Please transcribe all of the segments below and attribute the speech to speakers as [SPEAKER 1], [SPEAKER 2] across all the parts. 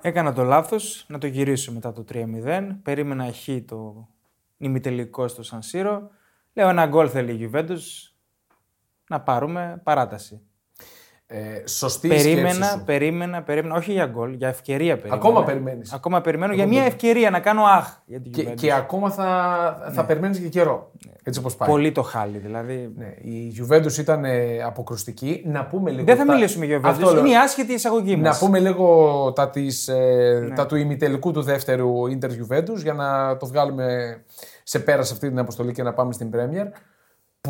[SPEAKER 1] Έκανα το λάθος να το γυρίσω μετά το 3-0. Περίμενα χ το ημιτελικό στο Σαν Σύρο. Λέω ένα γκολ θέλει η Γιουβέντους να πάρουμε παράταση.
[SPEAKER 2] Ε, σωστή η σκέψη
[SPEAKER 1] περίμενα,
[SPEAKER 2] σου.
[SPEAKER 1] περίμενα, περίμενα. Όχι για γκολ, για ευκαιρία περίμενα.
[SPEAKER 2] Ακόμα περιμένεις.
[SPEAKER 1] Ακόμα περιμένω για μια ευκαιρία να κάνω αχ για την
[SPEAKER 2] Και,
[SPEAKER 1] Γιουβέντου.
[SPEAKER 2] και ακόμα θα, θα περιμένεις και καιρό. Έτσι όπως πάει.
[SPEAKER 1] Ναι. Πολύ το χάλι δηλαδή.
[SPEAKER 2] Ναι, η Juventus ήταν ε, αποκρουστική. Να πούμε λίγο.
[SPEAKER 1] Δεν θα
[SPEAKER 2] τα-
[SPEAKER 1] μιλήσουμε για
[SPEAKER 2] Αυτό
[SPEAKER 1] Γιουβέντου.
[SPEAKER 2] λέω.
[SPEAKER 1] Είναι η άσχετη εισαγωγή μα.
[SPEAKER 2] Να πούμε λίγο τα, της, ε,
[SPEAKER 1] Ναι.
[SPEAKER 2] τα του ημιτελικού του δεύτερου Ιντερ Juventus για να το βγάλουμε σε πέρα σε αυτή την αποστολή και να πάμε στην Πρέμιερ.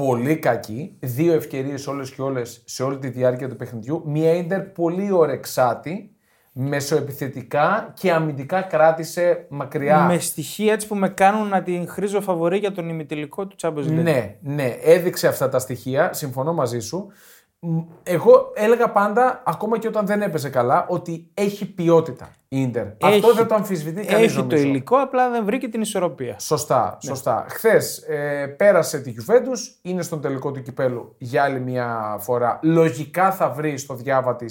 [SPEAKER 2] Πολύ κακή. Δύο ευκαιρίες όλες και όλες σε όλη τη διάρκεια του παιχνιδιού. Μια Ιντερ πολύ ωρεξάτη, μεσοεπιθετικά και αμυντικά κράτησε μακριά.
[SPEAKER 1] Με στοιχεία έτσι που με κάνουν να την χρήζω φαβορή για τον ημιτελικό του Champions League.
[SPEAKER 2] Ναι, ναι, έδειξε αυτά τα στοιχεία, συμφωνώ μαζί σου. Μ, Εγώ έλεγα πάντα, ακόμα και όταν δεν έπαιζε καλά, ότι έχει ποιότητα η Ίντερ. Αυτό
[SPEAKER 1] Έχει-
[SPEAKER 2] δεν το αμφισβητεί Ναι, κανείς
[SPEAKER 1] Έχει το
[SPEAKER 2] νομίζω.
[SPEAKER 1] υλικό, Ναι. απλά δεν βρήκε την ισορροπία.
[SPEAKER 2] Σωστά, σωστά. Χθες ε, πέρασε τη Juventus, είναι στον τελικό του κυπέλου για άλλη μια φορά. Λογικά θα βρει στο διάβα της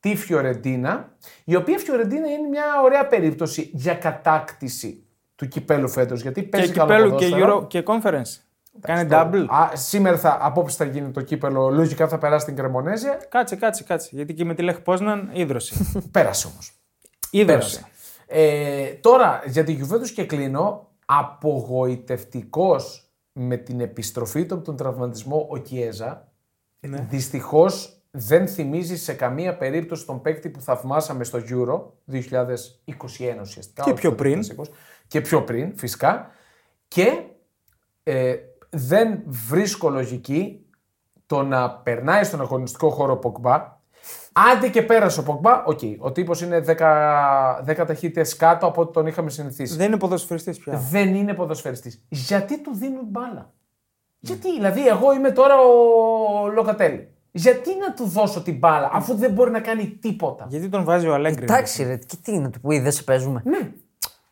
[SPEAKER 2] τη Φιωρεντίνα, η οποία Φιωρεντίνα είναι μια ωραία περίπτωση για κατάκτηση του κυπέλου φέτος. Γιατί παίζει
[SPEAKER 1] Και
[SPEAKER 2] καλό
[SPEAKER 1] κυπέλου και,
[SPEAKER 2] ποδόσφαιρο.
[SPEAKER 1] Euro, και conference. Κάνει double.
[SPEAKER 2] Α, σήμερα θα, απόψε θα γίνει το κύπελο. Λογικά θα περάσει την Κρεμονέζια.
[SPEAKER 1] Κάτσε, κάτσε, κάτσε. Γιατί και με τη Λεχ Πόσναν ίδρωσε.
[SPEAKER 2] Πέρασε όμως.
[SPEAKER 1] ίδρωσε.
[SPEAKER 2] Ε, τώρα για τη Γιουβέντους και κλείνω. Απογοητευτικός με την επιστροφή του από τον τραυματισμό ο Κιέζα.
[SPEAKER 1] Ναι.
[SPEAKER 2] Δυστυχώς δεν θυμίζει σε καμία περίπτωση τον παίκτη που θαυμάσαμε στο Euro 2021 ουσιαστικά.
[SPEAKER 1] Και
[SPEAKER 2] όχι
[SPEAKER 1] πιο
[SPEAKER 2] το
[SPEAKER 1] πριν.
[SPEAKER 2] 2020. Και πιο πριν, φυσικά. Και ε, δεν βρίσκω λογική το να περνάει στον αγωνιστικό χώρο ο Ποκμπά. Άντε και πέρασε ο Ποκμπά. Οκ, ο τύπος είναι 10, 10 ταχύτητες κάτω από ό,τι τον είχαμε συνηθίσει.
[SPEAKER 1] Δεν είναι ποδοσφαιριστής πια.
[SPEAKER 2] Δεν είναι ποδοσφαιριστής. Γιατί του δίνουν
[SPEAKER 3] Ναι.
[SPEAKER 2] μπάλα. Γιατί, δηλαδή, εγώ είμαι τώρα ο Λοκατέλη. Γιατί να του δώσω την μπάλα, αφού δεν μπορεί να κάνει τίποτα.
[SPEAKER 1] Γιατί τον βάζει ο Αλέγκρι.
[SPEAKER 3] Εντάξει, ρε, και τι είναι, του που δεν σε παίζουμε. Ναι.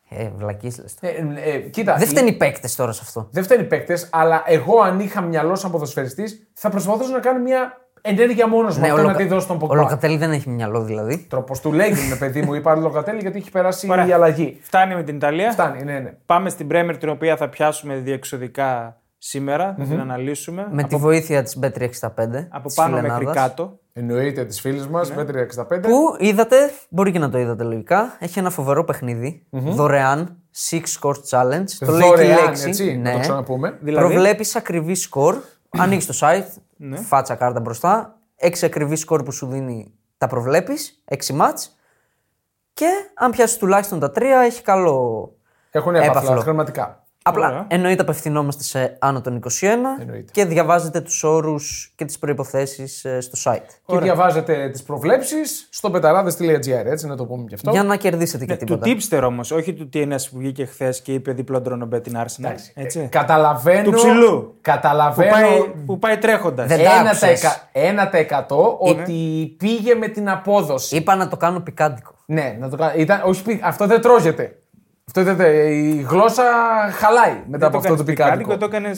[SPEAKER 3] Ε, βλακή λε.
[SPEAKER 2] Ε, ε, ε, κοίτα,
[SPEAKER 3] Δεν
[SPEAKER 2] η-
[SPEAKER 3] φταίνουν οι παίκτες τώρα σε αυτό.
[SPEAKER 2] δεν φταίνουν οι παίκτες, αλλά εγώ αν είχα μυαλό σαν ποδοσφαιριστής, θα προσπαθούσα να κάνω μια ενέργεια μόνος μου. αυτό
[SPEAKER 3] Ναι, ο
[SPEAKER 2] να
[SPEAKER 3] Λοκα-
[SPEAKER 2] τη δώσω στον
[SPEAKER 3] Ο
[SPEAKER 2] Ποκμπά.
[SPEAKER 3] Λοκατέλη δεν έχει μυαλό δηλαδή.
[SPEAKER 2] Τρόπος του Λέγκριν, παιδί μου, είπα Λοκατέλη, γιατί έχει περάσει η αλλαγή.
[SPEAKER 1] Φτάνει με την Ιταλία.
[SPEAKER 2] Φτάνει, ναι, ναι.
[SPEAKER 1] Πάμε στην Πρέμερ την οποία θα πιάσουμε διεξοδικά σήμερα. Θα την αναλύσουμε.
[SPEAKER 3] Με τη βοήθεια της B365.
[SPEAKER 1] Από
[SPEAKER 3] της
[SPEAKER 1] πάνω μέχρι
[SPEAKER 3] φιλενάδας,
[SPEAKER 1] κάτω.
[SPEAKER 2] Εννοείται τι φίλε
[SPEAKER 3] Ναι.
[SPEAKER 2] μα, Μέτρια 65.
[SPEAKER 3] Που είδατε, μπορεί και να το είδατε λογικά, έχει ένα φοβερό παιχνίδι, Δωρεάν. Six score challenge. Το λέει και η
[SPEAKER 2] Δωρεάν,
[SPEAKER 3] λέξη.
[SPEAKER 2] έτσι, να το ξαναπούμε.
[SPEAKER 1] Δηλαδή-
[SPEAKER 3] Προβλέπεις ακριβή σκορ. Ανοίγεις το site,
[SPEAKER 2] Ναι.
[SPEAKER 3] φάτσα κάρτα μπροστά. Έξι ακριβή σκορ που σου δίνει τα προβλέπεις, έξι μάτ. Και αν πιάσεις τουλάχιστον τα τρία, έχει καλό.
[SPEAKER 2] Έχουν
[SPEAKER 3] Έπαθλο.
[SPEAKER 2] έπαθλα χρηματικά.
[SPEAKER 3] Απλά εννοείται απευθυνόμαστε σε άνω των 21
[SPEAKER 2] Εννοείται.
[SPEAKER 3] και διαβάζετε τους όρους και τις προποθέσει στο site.
[SPEAKER 2] Και διαβάζετε τις προβλέψεις στο πεταράδε.gr, έτσι να το Ναι, πούμε και αυτό.
[SPEAKER 3] Για να κερδίσετε και
[SPEAKER 1] Του
[SPEAKER 3] τίποτα.
[SPEAKER 1] tipster όμως, όχι του TNS που βγήκε χθες και είπε δίπλα ντρονοπέ την Arsenal.
[SPEAKER 2] Ε,
[SPEAKER 1] Έτσι.
[SPEAKER 2] Καταλαβαίνω.
[SPEAKER 1] Του ψηλού. Που
[SPEAKER 2] Καταλαβαίνω.
[SPEAKER 1] πάει, που πάει Ε, τρέχοντας.
[SPEAKER 3] Δεν-
[SPEAKER 2] Ένα
[SPEAKER 3] τα
[SPEAKER 2] τα
[SPEAKER 3] άκουσες.
[SPEAKER 2] εκα- ένα τα εκατό ότι πήγε με την απόδοση.
[SPEAKER 3] Είπα να το κάνω πικάντικο.
[SPEAKER 2] Ναι, να το κάνω. Ήταν... Όχι, πι- αυτό δεν τρώγεται. Αυτό δεν... τε- Η γλώσσα χαλάει μετά από αυτό το πικάντικο. Ναι.
[SPEAKER 1] Το έκανε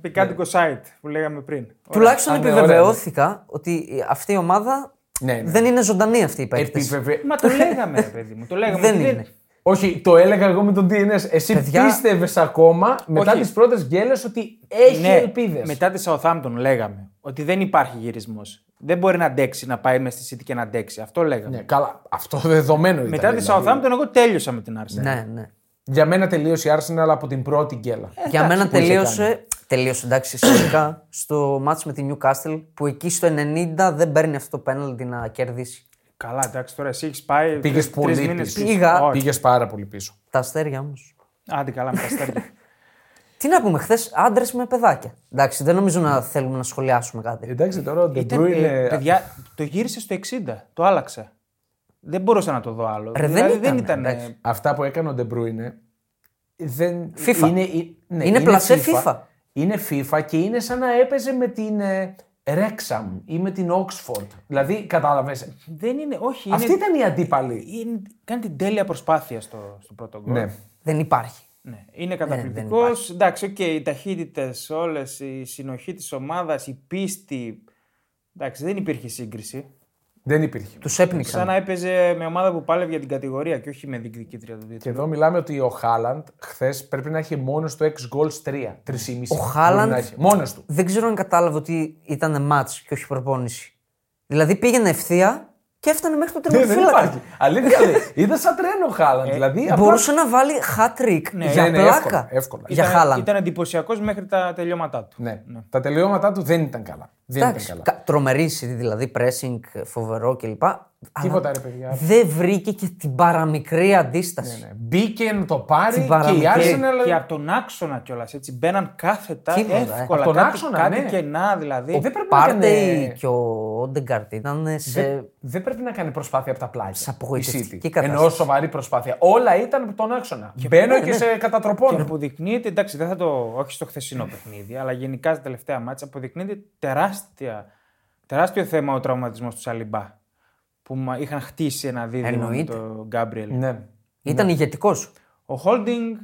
[SPEAKER 1] πικάντικο site που λέγαμε πριν.
[SPEAKER 3] Τουλάχιστον
[SPEAKER 2] Α, ναι,
[SPEAKER 3] επιβεβαιώθηκα ότι αυτή η ομάδα
[SPEAKER 2] Ναι, ναι.
[SPEAKER 3] δεν είναι ζωντανή αυτή η παίκτες.
[SPEAKER 2] Επιβεβαι...
[SPEAKER 1] Μα το λέγαμε, ρε παιδί μου. Το λέγαμε.
[SPEAKER 3] Δεν
[SPEAKER 1] ότι
[SPEAKER 3] είναι.
[SPEAKER 2] Όχι, το έλεγα εγώ με τον DNS. Εσύ
[SPEAKER 3] Παιδιά-
[SPEAKER 2] πίστευες ακόμα μετά
[SPEAKER 1] Όχι.
[SPEAKER 2] τις πρώτες γέλες ότι έχει
[SPEAKER 1] Ναι,
[SPEAKER 2] ελπίδες.
[SPEAKER 1] μετά τη Southampton λέγαμε ότι δεν υπάρχει γυρισμός. Δεν μπορεί να αντέξει να πάει μέσα στη City και να αντέξει. Αυτό λέγαμε.
[SPEAKER 2] Ναι, καλά. Αυτό δεδομένο ήταν.
[SPEAKER 1] Μετά τη
[SPEAKER 2] δηλαδή.
[SPEAKER 1] Southampton, εγώ τέλειωσα με την Arsenal.
[SPEAKER 3] Ναι, ναι.
[SPEAKER 2] Για μένα τελείωσε η Arsenal από την πρώτη γκέλα.
[SPEAKER 3] Για μένα
[SPEAKER 2] που είχε
[SPEAKER 3] τελείωσε. Τελείωσε εντάξει ιστορικά στο μάτς με τη Newcastle που εκεί στο 90 δεν παίρνει αυτό το πέναλτι να κερδίσει.
[SPEAKER 1] Καλά, εντάξει, τώρα εσύ έχεις πάει.
[SPEAKER 2] Πήγες
[SPEAKER 1] τρεις-
[SPEAKER 2] πολύ
[SPEAKER 1] τρεις μήνες
[SPEAKER 2] πίσω.
[SPEAKER 3] Πήγα.
[SPEAKER 1] Όχι.
[SPEAKER 2] Πήγες πάρα πολύ πίσω.
[SPEAKER 3] Τα αστέρια όμως.
[SPEAKER 1] Άντε, καλά, με τα αστέρια.
[SPEAKER 3] Τι να πούμε, χθες άντρες με παιδάκια. Εντάξει, δεν νομίζω να θέλουμε να σχολιάσουμε κάτι.
[SPEAKER 2] Εντάξει, τώρα ο
[SPEAKER 1] Ήταν, ε, παιδιά, το γύρισε στο 60. Το άλλαξα. Δεν μπορούσα να το δω άλλο.
[SPEAKER 3] Ρε, δεν
[SPEAKER 1] δεν
[SPEAKER 3] ήταν,
[SPEAKER 1] ήταν.
[SPEAKER 3] εντάξει.
[SPEAKER 1] ε,
[SPEAKER 2] Αυτά που έκανε ο De Bruyne δεν...
[SPEAKER 3] FIFA.
[SPEAKER 2] Είναι, ε, ναι,
[SPEAKER 3] Είναι πλασέ FIFA.
[SPEAKER 2] Είναι FIFA και είναι σαν να έπαιζε με την ε, Wrexham ή με την Oxford. Δηλαδή, κατάλαβες.
[SPEAKER 1] δεν είναι, όχι.
[SPEAKER 2] Αυτή
[SPEAKER 1] είναι,
[SPEAKER 2] ήταν η αντίπαλη.
[SPEAKER 1] είναι- κάνει την τέλεια προσπάθεια στο, στο πρώτο γκολ.
[SPEAKER 2] Ναι.
[SPEAKER 3] Δεν υπάρχει.
[SPEAKER 1] Ναι, είναι καταπληκτικό. Εντάξει, οκ, οι ταχύτητες, όλες, η συνοχή της ομάδας, η πίστη. Εντάξει, δεν υπήρχε σύγκριση.
[SPEAKER 2] Δεν υπήρχε.
[SPEAKER 3] Τους έπνιξαν.
[SPEAKER 1] Σαν να έπαιζε με ομάδα που πάλευε για την κατηγορία και όχι με διεκδικήτρια του
[SPEAKER 2] Και
[SPEAKER 1] τίτλου.
[SPEAKER 2] εδώ μιλάμε ότι ο Χάλαντ χθες πρέπει να έχει μόνος του 6 goals 3. 3,5.
[SPEAKER 3] Ο Χάλαντ-
[SPEAKER 2] Μόνος του.
[SPEAKER 3] Δεν ξέρω αν κατάλαβε ότι ήταν μάτ και όχι προπόνηση. Δηλαδή πήγαινε ευθεία και έφτανε μέχρι το
[SPEAKER 2] Ναι, δεν
[SPEAKER 3] τερματοφύλακα.
[SPEAKER 2] υπάρχει. Αλήθεια λέει. Είδα σαν τρένο ο Χάλαντ. Δηλαδή, απλά-
[SPEAKER 3] Ε, Μπορούσε να βάλει hat-trick για
[SPEAKER 2] ναι, ναι,
[SPEAKER 3] πλάκα.
[SPEAKER 2] εύκολα, εύκολα.
[SPEAKER 3] Για
[SPEAKER 1] ήταν,
[SPEAKER 3] Χάλαντ.
[SPEAKER 1] Ήταν εντυπωσιακός μέχρι τα τελειώματά του.
[SPEAKER 2] Ναι. Τα τελειώματά του δεν ήταν καλά. Δεν ήταν
[SPEAKER 3] Εντάξει,
[SPEAKER 2] καλά.
[SPEAKER 3] κα- τρομερή σίδη, δηλαδή, pressing φοβερό κλπ.
[SPEAKER 2] Τίποτα, ρε, παιδιά.
[SPEAKER 3] Δεν βρήκε και την παραμικρή αντίσταση.
[SPEAKER 2] Ναι. Μπήκε να το πάρει
[SPEAKER 3] Την
[SPEAKER 2] και η
[SPEAKER 3] παραμικρή.
[SPEAKER 2] Arsenal.
[SPEAKER 1] Και από τον άξονα κιόλας. Έτσι μπαίναν κάθετα
[SPEAKER 3] Τίποτα, ε.
[SPEAKER 1] εύκολα.
[SPEAKER 2] Απ' τον
[SPEAKER 1] κάτι,
[SPEAKER 2] άξονα,
[SPEAKER 1] κάτι
[SPEAKER 2] ναι.
[SPEAKER 1] κενά δηλαδή.
[SPEAKER 2] δεν πρέπει να
[SPEAKER 3] Πάρτε
[SPEAKER 2] κάνει.
[SPEAKER 3] και ο Όντεγκαρτ ήταν σε.
[SPEAKER 2] Δεν, δεν πρέπει να κάνει προσπάθεια από τα πλάγια. Σε
[SPEAKER 3] απογοητευτική κατάσταση.
[SPEAKER 2] Ενώ σοβαρή προσπάθεια. Όλα ήταν από τον άξονα. Μπαίνω και σε
[SPEAKER 1] Και
[SPEAKER 2] κατατροπώνω.
[SPEAKER 3] Λοιπόν.
[SPEAKER 1] αποδεικνύεται, εντάξει, δεν θα το. όχι στο χθεσινό παιχνίδι, αλλά γενικά στα τελευταία μάτια, αποδεικνύεται τεράστια, τεράστιο θέμα ο τραυματισμός του Σαλιμπά. Που μα- είχαν χτίσει ένα δίδυμο με
[SPEAKER 3] Εννοείται.
[SPEAKER 1] τον Γκάμπριελ.
[SPEAKER 2] Ναι.
[SPEAKER 3] Ήταν ηγετικός.
[SPEAKER 1] Ο Holding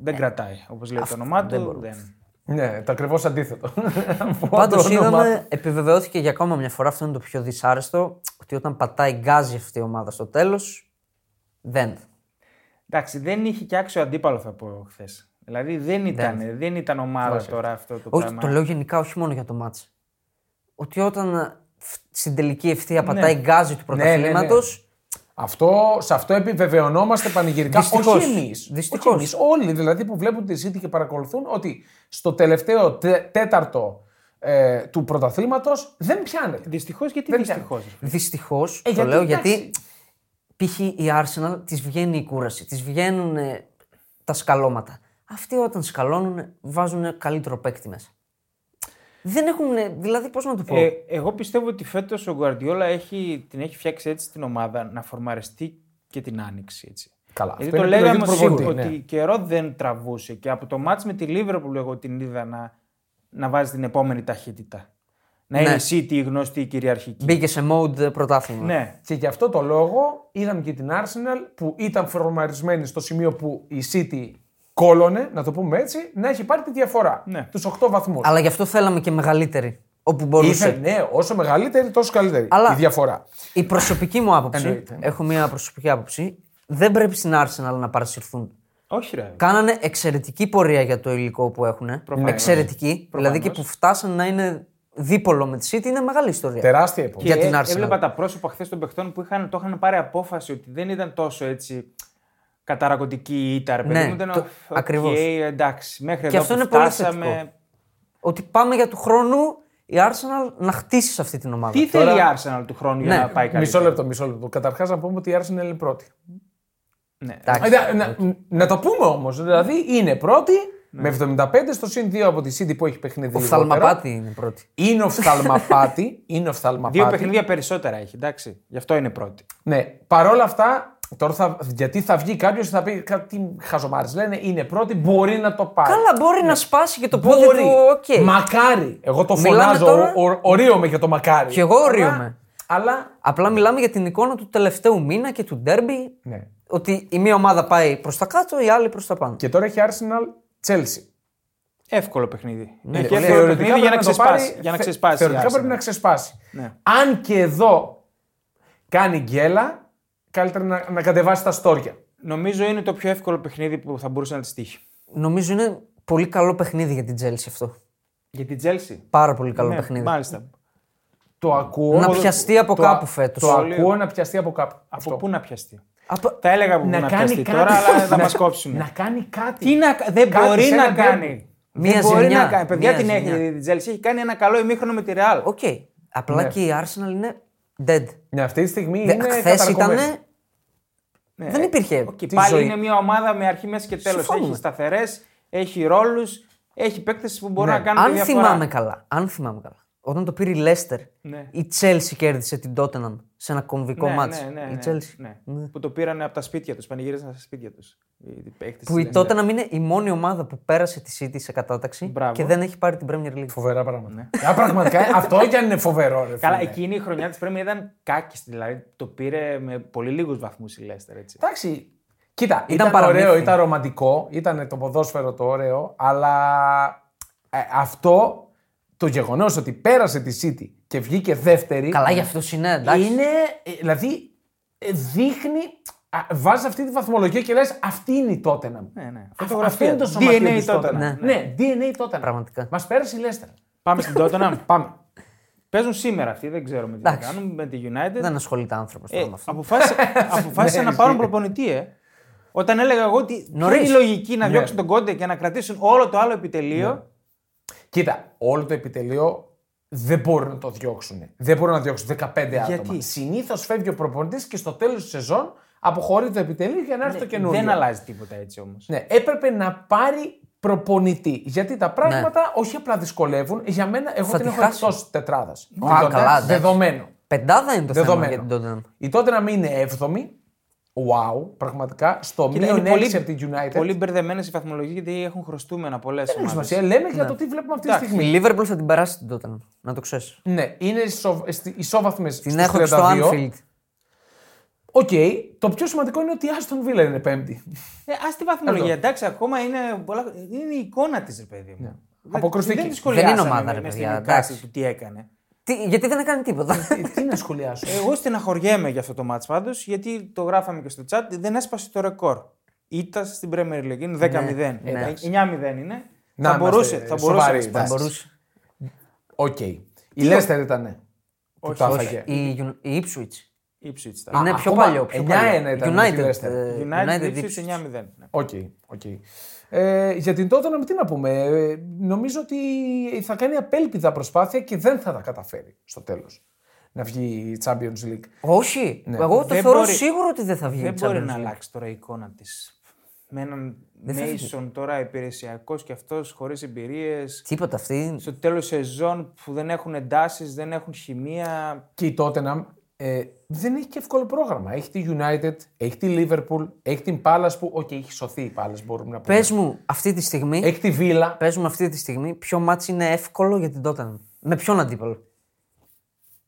[SPEAKER 1] δεν κρατάει, όπως λέει το όνομά
[SPEAKER 3] Ε, δεν
[SPEAKER 1] του.
[SPEAKER 3] μπορούμε.
[SPEAKER 1] δεν.
[SPEAKER 2] Ναι, το ακριβώς αντίθετο. Από
[SPEAKER 3] Πάντως
[SPEAKER 2] το όνομα
[SPEAKER 3] είδαμε, επιβεβαιώθηκε για ακόμα μια φορά, αυτό είναι το πιο δυσάρεστο, ότι όταν πατάει γκάζι αυτή η ομάδα στο τέλος, δεν.
[SPEAKER 1] Εντάξει, δεν είχε και άξιο αντίπαλο, θα πω χθες. Δηλαδή δεν ήταν, δεν. ήταν ομάδα τώρα αυτό το
[SPEAKER 3] Όχι,
[SPEAKER 1] πράγμα.
[SPEAKER 3] το λέω γενικά, όχι μόνο για το μάτς. Ότι όταν ε, φ- στην τελική ευθεία πατάει γκάζι
[SPEAKER 2] ναι,
[SPEAKER 3] του
[SPEAKER 2] ναι.
[SPEAKER 3] πρωταθλήματο,
[SPEAKER 2] Αυτό, σε αυτό επιβεβαιωνόμαστε πανηγυρικά.
[SPEAKER 3] Δυστυχώς.
[SPEAKER 2] Όχι εμείς.
[SPEAKER 3] Δυστυχώς.
[SPEAKER 2] Όχι εμείς. Όλοι δηλαδή που βλέπουν τη City και παρακολουθούν ότι στο τελευταίο τε- τέταρτο ε, του πρωταθλήματος δεν πιάνεται.
[SPEAKER 1] Δυστυχώς γιατί
[SPEAKER 2] Δεν
[SPEAKER 1] δυστυχώς.
[SPEAKER 3] δυστυχώ το
[SPEAKER 2] γιατί,
[SPEAKER 3] λέω
[SPEAKER 2] εντάξει.
[SPEAKER 3] γιατί π.χ. η Arsenal της βγαίνει η κούραση, της βγαίνουν ε, τα σκαλώματα. Αυτοί όταν σκαλώνουν βάζουν καλύτερο παίκτη μέσα. Δεν έχουν, ε, δηλαδή πώς να το πω.
[SPEAKER 1] Ε, εγώ πιστεύω ότι φέτος ο Γκουαρδιόλα έχει, την έχει φτιάξει έτσι την ομάδα να φορμαριστεί και την άνοιξη. Έτσι.
[SPEAKER 2] Καλά.
[SPEAKER 1] Γιατί
[SPEAKER 2] αυτό
[SPEAKER 1] το
[SPEAKER 2] είναι επιλογή
[SPEAKER 1] λέγαμε
[SPEAKER 2] του
[SPEAKER 1] σίγουρα
[SPEAKER 2] προπονητή,
[SPEAKER 1] ότι
[SPEAKER 3] ναι.
[SPEAKER 1] καιρό δεν τραβούσε και από το μάτς με τη Liverpool εγώ την είδα να, να βάζει την επόμενη ταχύτητα. Να
[SPEAKER 3] Ναι.
[SPEAKER 1] είναι η City η γνωστή η κυριαρχική.
[SPEAKER 3] Μπήκε σε mode πρωτάθλημα.
[SPEAKER 1] Ναι.
[SPEAKER 2] Και γι' αυτό το λόγο είδαμε και την Arsenal που ήταν φορμαρισμένη στο σημείο που η City κόλωνε, να το πούμε έτσι, να έχει πάρει τη διαφορά.
[SPEAKER 1] Ναι.
[SPEAKER 2] Τους 8 βαθμούς.
[SPEAKER 3] Αλλά γι' αυτό θέλαμε και μεγαλύτερη. Όπου μπορούσε.
[SPEAKER 2] Είχε, ναι, όσο μεγαλύτερη, τόσο καλύτερη
[SPEAKER 3] Αλλά-
[SPEAKER 2] η διαφορά.
[SPEAKER 3] Η προσωπική μου άποψη.
[SPEAKER 2] Εννοείται, ναι.
[SPEAKER 3] Έχω μια προσωπική άποψη. Δεν πρέπει στην Arsenal να παρασυρθούν.
[SPEAKER 1] Όχι ρε.
[SPEAKER 3] Κάνανε εξαιρετική πορεία για το υλικό που έχουν.
[SPEAKER 1] Ναι,
[SPEAKER 3] Εξαιρετική. Δηλαδή και που φτάσαν να είναι δίπολο με τη City είναι μεγάλη ιστορία.
[SPEAKER 2] Τεράστια υπόθεση.
[SPEAKER 3] Για την
[SPEAKER 1] ε-
[SPEAKER 3] Arsenal.
[SPEAKER 1] Έβλεπα τα πρόσωπα χθες των παιχτών που είχαν, το είχαν πάρει απόφαση ότι δεν ήταν τόσο έτσι καταρακωτική η ήττα. Ρε, παιδί
[SPEAKER 3] Ναι,
[SPEAKER 1] μου, ήταν,
[SPEAKER 3] το-
[SPEAKER 1] «Οκ,
[SPEAKER 3] ακριβώς.
[SPEAKER 1] εντάξει, μέχρι
[SPEAKER 3] Και
[SPEAKER 1] εδώ
[SPEAKER 3] αυτό
[SPEAKER 1] που
[SPEAKER 3] είναι πολύ
[SPEAKER 1] φτάσαμε».
[SPEAKER 3] θετικό. Ότι πάμε για του χρόνου η Arsenal να χτίσει σε αυτή την ομάδα.
[SPEAKER 1] Τι θέλει η Arsenal του χρόνου για
[SPEAKER 3] Ναι.
[SPEAKER 1] να πάει καλύτερα.
[SPEAKER 2] Μισό λεπτό, μισό λεπτό. Καταρχάς να πούμε ότι η Arsenal είναι πρώτη.
[SPEAKER 1] Ναι.
[SPEAKER 3] Εντάξει. Ναι.
[SPEAKER 2] Ε, να, να- να το πούμε όμως. Δηλαδή είναι πρώτη με 75 στο συν 2 από τη City που έχει παιχνίδι.
[SPEAKER 3] Ο
[SPEAKER 2] λιγότερο.
[SPEAKER 3] Φθαλμαπάτη είναι πρώτη.
[SPEAKER 2] Είναι οφθαλμαπάτη. είναι οφθαλμαπάτη.
[SPEAKER 1] Δύο παιχνίδια περισσότερα έχει, εντάξει. Γι' αυτό είναι πρώτη.
[SPEAKER 2] Ναι, παρόλα αυτά, τώρα θα, γιατί θα βγει κάποιος και θα πει κάτι χαζομάρι. Λένε είναι πρώτη, μπορεί να το πάρει.
[SPEAKER 3] Καλά, μπορεί να σπάσει και το πόδι
[SPEAKER 2] μπορεί.
[SPEAKER 3] του. οκ.
[SPEAKER 2] Μακάρι. Εγώ το
[SPEAKER 3] Μιλάμε
[SPEAKER 2] φωνάζω,
[SPEAKER 3] τώρα-
[SPEAKER 2] ο- ο- ορίομαι για το μακάρι.
[SPEAKER 3] Κι εγώ
[SPEAKER 2] Αλλά-
[SPEAKER 3] ορίομαι.
[SPEAKER 2] Αλλά.
[SPEAKER 3] Απλά μιλάμε για την εικόνα του τελευταίου μήνα και του ντέρμπι.
[SPEAKER 2] Ναι.
[SPEAKER 3] Ότι η μία ομάδα πάει προς τα κάτω, η άλλη προς τα πάνω.
[SPEAKER 2] Και τώρα έχει Arsenal Chelsea.
[SPEAKER 1] Εύκολο παιχνίδι. Έχει
[SPEAKER 3] πολύ.
[SPEAKER 1] εύκολο παιχνίδι για
[SPEAKER 2] Ναι, Ε, πρέπει
[SPEAKER 1] να
[SPEAKER 2] το
[SPEAKER 1] ξεσπάσει.
[SPEAKER 2] πάρει-
[SPEAKER 1] Για να
[SPEAKER 2] θε-
[SPEAKER 1] ξεσπάσει.
[SPEAKER 2] Θεωρητικά
[SPEAKER 1] η Arsenal.
[SPEAKER 2] πρέπει να ξεσπάσει.
[SPEAKER 1] Ναι.
[SPEAKER 2] Αν και εδώ κάνει γκέλα, καλύτερα να, να κατεβάσει τα στόρια.
[SPEAKER 1] Νομίζω είναι το πιο εύκολο παιχνίδι που θα μπορούσε να τη τύχει.
[SPEAKER 3] Νομίζω είναι πολύ καλό παιχνίδι για την Τζέλση αυτό.
[SPEAKER 1] Για την Τζέλση.
[SPEAKER 3] Πάρα πολύ καλό παιχνίδι.
[SPEAKER 1] Ναι, Μάλιστα.
[SPEAKER 2] Το ακούω.
[SPEAKER 3] Να πιαστεί από
[SPEAKER 2] το-
[SPEAKER 3] κάπου φέτος.
[SPEAKER 2] Το ακούω να πιαστεί από κάπου.
[SPEAKER 1] Από πού να πιαστεί.
[SPEAKER 3] Από...
[SPEAKER 1] Θα έλεγα που να, πιαστεί τώρα, αλλά θα
[SPEAKER 2] να-
[SPEAKER 1] μα κόψουν.
[SPEAKER 2] Να κάνει κάτι.
[SPEAKER 1] Τι να, δεν
[SPEAKER 2] Κάτι
[SPEAKER 1] μπορεί
[SPEAKER 2] σε
[SPEAKER 1] να
[SPEAKER 2] ένα
[SPEAKER 1] κάνει.
[SPEAKER 3] Μία
[SPEAKER 1] δεν μπορεί
[SPEAKER 3] ζημιά.
[SPEAKER 1] να κάνει. Παιδιά
[SPEAKER 3] Μία
[SPEAKER 1] την έχει
[SPEAKER 3] ζημιά.
[SPEAKER 1] η Τζέλση. Έχει κάνει ένα καλό ημίχρονο με τη Ρεάλ.
[SPEAKER 3] Οκ.
[SPEAKER 1] Ναι.
[SPEAKER 3] Απλά και η Arsenal είναι dead.
[SPEAKER 2] Ναι, αυτή τη στιγμή
[SPEAKER 3] Δε-
[SPEAKER 2] είναι
[SPEAKER 3] χθες
[SPEAKER 2] καταρκωμένη.
[SPEAKER 3] ήταν.
[SPEAKER 1] Ναι.
[SPEAKER 3] Δεν υπήρχε.
[SPEAKER 1] Και πάλι
[SPEAKER 2] ζωή.
[SPEAKER 1] είναι μια ομάδα με αρχή, μέση και τέλος.
[SPEAKER 3] Συμφωνούμε.
[SPEAKER 1] Έχει σταθερές, έχει ρόλους, έχει παίκτες που μπορούν να κάνουν τη
[SPEAKER 3] Ναι. Αν
[SPEAKER 1] διαφορά.
[SPEAKER 3] θυμάμαι καλά, αν θυμάμαι καλά, όταν το πήρε η Λέστερ,
[SPEAKER 1] Ναι.
[SPEAKER 3] η Chelsea κέρδισε την Tottenham σε ένα κομβικό
[SPEAKER 1] ναι,
[SPEAKER 3] μάτς.
[SPEAKER 1] Ναι, ναι,
[SPEAKER 3] η
[SPEAKER 1] ναι,
[SPEAKER 3] Chelsea.
[SPEAKER 1] ναι. Που το πήρανε από τα σπίτια τους, πανηγύρισαν στα σπίτια τους.
[SPEAKER 3] Που η Tottenham είναι η μόνη ομάδα που πέρασε τη City σε κατάταξη
[SPEAKER 1] Μπράβο.
[SPEAKER 3] και δεν έχει πάρει την Premier League.
[SPEAKER 2] Φοβερά πράγματα. Α, πραγματικά αυτό κι αν είναι φοβερό. Ρε,
[SPEAKER 1] Καλά,
[SPEAKER 2] φίλε.
[SPEAKER 1] εκείνη η χρονιά της Πρέμιερ ήταν κάκιστη. Δηλαδή το πήρε με πολύ λίγους βαθμούς η Λέστερ. Έτσι.
[SPEAKER 2] Εντάξει. Κοίτα,
[SPEAKER 3] Ήταν
[SPEAKER 2] ήταν,
[SPEAKER 3] παραμύθι.
[SPEAKER 2] ωραίο, ήταν ρομαντικό, ήταν το ποδόσφαιρο το ωραίο, αλλά ε, αυτό το γεγονός ότι πέρασε τη City και βγήκε δεύτερη.
[SPEAKER 3] Καλά, για αυτό είναι εντάξει.
[SPEAKER 2] Είναι, ε, δηλαδή, ε, δείχνει. α, Βάζεις αυτή τη βαθμολογία και λες αυτή είναι η Tottenham.
[SPEAKER 1] Ναι, ναι.
[SPEAKER 2] Α-
[SPEAKER 1] Φωτογραφία.
[SPEAKER 2] Αυτό είναι το σωματείο
[SPEAKER 1] DNA
[SPEAKER 2] της
[SPEAKER 1] Tottenham.
[SPEAKER 2] Tottenham.
[SPEAKER 1] Ναι,
[SPEAKER 2] Ναι, DNA Tottenham.
[SPEAKER 3] Πραγματικά.
[SPEAKER 2] Μας πέρασε η Leicester.
[SPEAKER 1] Πάμε στην Tottenham. Πάμε. Παίζουν σήμερα αυτοί, δεν ξέρουμε τι θα
[SPEAKER 3] Εντάξει.
[SPEAKER 1] κάνουν με τη United.
[SPEAKER 3] Δεν ασχολείται άνθρωπος
[SPEAKER 1] Ε,
[SPEAKER 3] τώρα με αυτό. Ναι.
[SPEAKER 1] αποφάσισε- αποφάσισαν να πάρουν προπονητή, ε. Όταν έλεγα εγώ ότι ποια
[SPEAKER 3] Νωρίς. Ναι.
[SPEAKER 1] είναι η λογική να διώξουν τον Κόντε και να κρατήσουν όλο το άλλο επιτελείο.
[SPEAKER 2] Κοίτα, όλο το επιτελείο δεν μπορούν να το διώξουν. Δεν μπορούν να διώξουν 15 άτομα. Συνήθως φεύγει ο προπονητής και στο τέλος της σεζόν αποχωρεί το επιτελείο για να έρθει το καινούριο.
[SPEAKER 1] δεν αλλάζει τίποτα έτσι όμως.
[SPEAKER 2] Ναι, έπρεπε να πάρει προπονητή. Γιατί τα πράγματα όχι απλά δυσκολεύουν. Για μένα, εγώ
[SPEAKER 3] Θα
[SPEAKER 2] την
[SPEAKER 3] τη
[SPEAKER 2] έχω
[SPEAKER 3] χάσει.
[SPEAKER 2] εκτός τετράδας.
[SPEAKER 3] Α, καλά, εντάξει.
[SPEAKER 2] δεδομένο.
[SPEAKER 3] Πεντάδα είναι το θέμα για
[SPEAKER 2] δεδομένο. Η
[SPEAKER 3] την Tottenham.
[SPEAKER 2] Tottenham είναι 7η. Wow, πραγματικά. Στο
[SPEAKER 1] Κοίτα,
[SPEAKER 2] μείον
[SPEAKER 1] είναι
[SPEAKER 2] 6 από την United.
[SPEAKER 1] πολύ μπερδεμένες οι βαθμολογίες γιατί έχουν χρωστούμενα πολλές
[SPEAKER 2] Δεν έχει
[SPEAKER 1] ομάδες.
[SPEAKER 2] σημασία. Λέμε για το τι βλέπουμε αυτή τη
[SPEAKER 1] Εντάξει.
[SPEAKER 2] στιγμή.
[SPEAKER 3] Η Liverpool θα την περάσει την Tottenham. Να το ξέρεις.
[SPEAKER 2] Ναι, είναι ισο... στι- ισόβαθμες
[SPEAKER 3] Την
[SPEAKER 2] στις
[SPEAKER 3] έχω και στο
[SPEAKER 2] 32.
[SPEAKER 3] Anfield.
[SPEAKER 2] Οκ, το πιο σημαντικό είναι ότι η Άστον Βίλα είναι πέμπτη.
[SPEAKER 1] Ε, Ας τη βαθμολογία. Εντάξει, ακόμα είναι, πολλά... είναι η εικόνα της, ρε παιδί μου. Δεν-
[SPEAKER 2] Αποκρουστική.
[SPEAKER 1] Δεν τη
[SPEAKER 2] Δεν
[SPEAKER 3] Ναι. είναι
[SPEAKER 1] σχολιάσαμε
[SPEAKER 3] ομάδα,
[SPEAKER 1] με-
[SPEAKER 3] ρε
[SPEAKER 1] με
[SPEAKER 3] παιδιά,
[SPEAKER 1] στην
[SPEAKER 3] εντάξει.
[SPEAKER 1] εικάση του τι έκανε.
[SPEAKER 3] Τι, γιατί δεν έκανε τίποτα.
[SPEAKER 2] Ε, τι να σχολιάσω.
[SPEAKER 1] Εγώ στεναχωριέμαι για αυτό το μάτς πάντως, γιατί το γράφαμε και στο chat, δεν έσπασε το ρεκόρ. Ήταν στην Premier League, είναι 10-0.
[SPEAKER 3] ναι.
[SPEAKER 1] Εντάξει, 9-0 είναι.
[SPEAKER 2] Να
[SPEAKER 1] θα
[SPEAKER 2] είμαστε
[SPEAKER 1] μπορούσε, θα μπορούσε
[SPEAKER 2] σοβαροί,
[SPEAKER 1] να
[SPEAKER 2] εντάξει.
[SPEAKER 1] σπάσει.
[SPEAKER 3] Μπορούσε.
[SPEAKER 2] Οκ. Η Λέστερ ήταν. Όχι, το
[SPEAKER 3] Όχι,
[SPEAKER 2] έφαγε.
[SPEAKER 3] η, Ju- η Ipswich.
[SPEAKER 1] Ipswich ήταν.
[SPEAKER 3] Είναι
[SPEAKER 2] Α,
[SPEAKER 3] πιο
[SPEAKER 2] ακόμα
[SPEAKER 3] παλιό. Πιο
[SPEAKER 2] 9-1
[SPEAKER 3] παλιό.
[SPEAKER 2] ήταν με τη
[SPEAKER 3] United.
[SPEAKER 2] Leicester.
[SPEAKER 3] ε,
[SPEAKER 1] United
[SPEAKER 3] United
[SPEAKER 1] Ipswich
[SPEAKER 3] Ipswich.
[SPEAKER 1] 9-0. ναι.
[SPEAKER 2] Οκ, οκ. Ε, για την Tottenham τι να πούμε. Ε, νομίζω ότι θα κάνει απέλπιδα προσπάθεια και δεν θα τα καταφέρει στο τέλος να βγει η Champions League.
[SPEAKER 3] Όχι.
[SPEAKER 2] Ναι.
[SPEAKER 3] Εγώ το
[SPEAKER 1] Δεν
[SPEAKER 3] θεωρώ
[SPEAKER 1] μπορεί-
[SPEAKER 3] σίγουρο ότι δεν θα βγει.
[SPEAKER 1] Δεν
[SPEAKER 3] η
[SPEAKER 1] μπορεί
[SPEAKER 3] Champions
[SPEAKER 1] να
[SPEAKER 3] League.
[SPEAKER 1] αλλάξει τώρα η εικόνα της. Με έναν Mason τώρα υπηρεσιακός και αυτός χωρίς εμπειρίες.
[SPEAKER 3] Τίποτα αυτή.
[SPEAKER 1] Στο τέλος σεζόν που δεν έχουν εντάσεις, δεν έχουν χημεία.
[SPEAKER 2] Και η Tottenham ε, δεν έχει και εύκολο πρόγραμμα. Έχει τη United, έχει τη Liverpool, έχει την Palace που, οκ, έχει σωθεί η Palace μπορούμε να πούμε.
[SPEAKER 3] Πες μου αυτή τη στιγμή.
[SPEAKER 2] Έχει τη Villa.
[SPEAKER 3] Πες μου αυτή τη στιγμή ποιο μάτς είναι εύκολο για την Tottenham. Με ποιον αντίπαλο.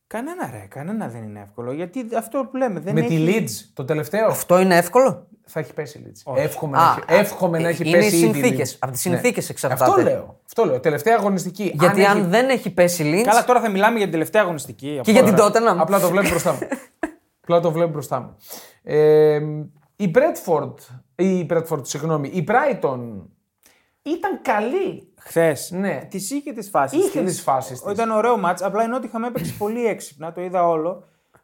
[SPEAKER 1] Κανένα ρε, κανένα δεν είναι εύκολο. Γιατί αυτό που λέμε δεν
[SPEAKER 2] Με
[SPEAKER 1] έχει.
[SPEAKER 2] τη Leeds, το τελευταίο,
[SPEAKER 3] Αυτό είναι εύκολο.
[SPEAKER 2] θα έχει πέσει η Leeds. Εύχομαι, να, έχει, εύχομαι να έχει
[SPEAKER 3] ε, είναι
[SPEAKER 2] πέσει
[SPEAKER 3] οι
[SPEAKER 2] ήδη η
[SPEAKER 3] συνθήκες.
[SPEAKER 2] Leeds. Ναι.
[SPEAKER 3] Από τις συνθήκες εξαρτάται.
[SPEAKER 2] Αυτό λέω. Αυτό λέω. Τελευταία αγωνιστική.
[SPEAKER 3] Γιατί αν,
[SPEAKER 2] έχει-
[SPEAKER 3] δεν έχει πέσει η Lynch
[SPEAKER 1] Καλά, τώρα θα μιλάμε για την τελευταία αγωνιστική.
[SPEAKER 3] και
[SPEAKER 1] Αυτό,
[SPEAKER 3] για την
[SPEAKER 1] ρε.
[SPEAKER 3] Tottenham.
[SPEAKER 2] Απλά το βλέπω μπροστά μου. Απλά το βλέπω μπροστά μου. Ε, η Bradford, η Bradford, συγγνώμη, η Brighton ήταν καλή.
[SPEAKER 1] Χθες.
[SPEAKER 2] Ναι.
[SPEAKER 1] Τη είχε τις φάσεις.
[SPEAKER 2] Είχε τις φάσεις της.
[SPEAKER 1] Ήταν ωραίο μάτς. Απλά ενώ ότι είχαμε έπαιξει πολύ έξυπνα, το είδα όλο.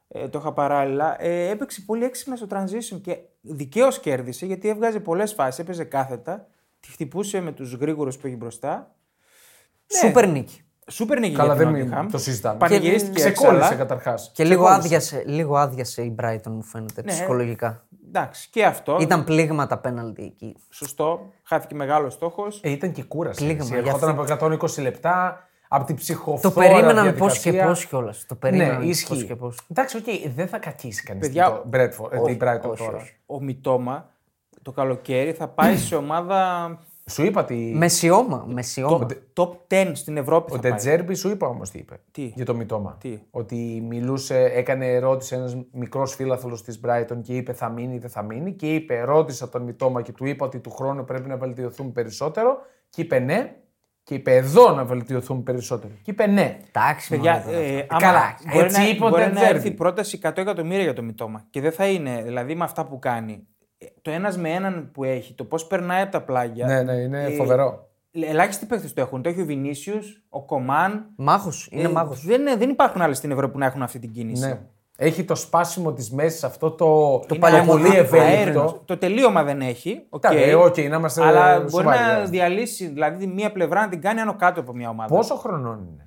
[SPEAKER 1] Ε, το είχα παράλληλα. Ε, έπαιξε πολύ έξυπνα στο transition και δικαίως κέρδισε γιατί έβγαζε πολλές φάσεις. Έπαιζε κάθετα. Τη χτυπούσε με τους γρήγορους που έχει μπροστά.
[SPEAKER 2] Ναι.
[SPEAKER 3] Σούπερ νίκη.
[SPEAKER 1] Σούπερ νίκη
[SPEAKER 2] Καλά,
[SPEAKER 1] για την
[SPEAKER 2] δεν μην-
[SPEAKER 1] Nottingham.
[SPEAKER 2] το συζητάμε.
[SPEAKER 1] Πανηγυρίστηκε
[SPEAKER 2] Ξεκόλλησε
[SPEAKER 1] έξαλλα.
[SPEAKER 2] καταρχάς.
[SPEAKER 3] Και λίγο άδειασε, λίγο άδειασε η Brighton μου φαίνεται
[SPEAKER 2] Ναι.
[SPEAKER 3] ψυχολογικά.
[SPEAKER 1] Εντάξει, και αυτό.
[SPEAKER 3] Ήταν πλήγμα τα πέναλτι εκεί.
[SPEAKER 1] Σωστό. Χάθηκε μεγάλος στόχος.
[SPEAKER 2] Ε, ήταν και κούραση.
[SPEAKER 3] Πλήγμα,
[SPEAKER 2] έτσι.
[SPEAKER 3] για
[SPEAKER 2] Ερχόταν
[SPEAKER 3] αυτό.
[SPEAKER 2] από 120 λεπτά, από την ψυχοφόρα.
[SPEAKER 3] Το περίμεναμε πώ
[SPEAKER 2] διαδικασία.
[SPEAKER 3] και πώς κιόλας. Το
[SPEAKER 2] Ναι,
[SPEAKER 3] περίμεναμε πώς
[SPEAKER 2] ισχύει.
[SPEAKER 3] και πώς.
[SPEAKER 2] Εντάξει, οκ, δεν θα κακίσει κανείς την
[SPEAKER 1] Παιδιά,
[SPEAKER 2] Bradford, ε, την Brighton
[SPEAKER 3] όχι,
[SPEAKER 2] τώρα.
[SPEAKER 3] όχι.
[SPEAKER 1] Ο Μιτόμα το καλοκαίρι θα πάει σε ομάδα
[SPEAKER 2] Σου είπα
[SPEAKER 3] Ναι,
[SPEAKER 2] τι.
[SPEAKER 3] Μεσιώμα, μεσιώμα.
[SPEAKER 1] top 10 στην Ευρώπη.
[SPEAKER 2] Ο
[SPEAKER 1] θα πάει.
[SPEAKER 2] Ντετζέρμπι σου είπα όμως τι είπε.
[SPEAKER 1] Τι?
[SPEAKER 2] Για το μητώμα.
[SPEAKER 1] Τι?
[SPEAKER 2] Ότι μιλούσε, έκανε ερώτηση ένας μικρός φίλαθλος της Brighton και είπε θα μείνει ή δεν θα μείνει. Και είπε, ρώτησα τον μητώμα και του είπα ότι του χρόνου πρέπει να βελτιωθούμε περισσότερο. Και είπε ναι. Και είπε εδώ να βελτιωθούμε περισσότερο. Και είπε ναι.
[SPEAKER 3] Εντάξει, μωρέ,
[SPEAKER 1] Παιδιά,
[SPEAKER 3] τώρα.
[SPEAKER 1] ε,
[SPEAKER 2] Καλά,
[SPEAKER 1] μπορεί
[SPEAKER 2] έτσι
[SPEAKER 1] να,
[SPEAKER 2] είπε ο
[SPEAKER 1] μπορεί
[SPEAKER 2] Ντεν
[SPEAKER 1] να
[SPEAKER 2] Ντέρμπι.
[SPEAKER 1] έρθει πρόταση 100 εκατομμύρια για το μητώμα. Και δεν θα είναι, δηλαδή με αυτά που κάνει. ε, Το ένας με έναν που έχει, το πώς περνάει από τα πλάγια.
[SPEAKER 2] Ναι, ναι, είναι φοβερό.
[SPEAKER 1] Ε, Ελάχιστοι παίχτε το έχουν. Το έχει ο Βινίσιους, ο Κομάν.
[SPEAKER 3] Μάγος, είναι
[SPEAKER 1] Ε,
[SPEAKER 3] μάγος.
[SPEAKER 1] Δεν, δεν υπάρχουν άλλες στην Ευρώπη που να έχουν αυτή την κίνηση.
[SPEAKER 2] Ναι. Έχει το σπάσιμο της μέσης αυτό το, το
[SPEAKER 3] παλαιομοδίτικο
[SPEAKER 2] πολύ ευέλικτο.
[SPEAKER 1] Αέρινος. Το τελείωμα δεν έχει. οκ.
[SPEAKER 2] Τα, ε, οκ, να είμαστε
[SPEAKER 1] αλλά μπορεί
[SPEAKER 2] σοβαροί, ναι.
[SPEAKER 1] να
[SPEAKER 2] βέβαια.
[SPEAKER 1] διαλύσει δηλαδή μία πλευρά να την κάνει άνω κάτω από μία ομάδα.
[SPEAKER 2] Πόσο χρονών είναι.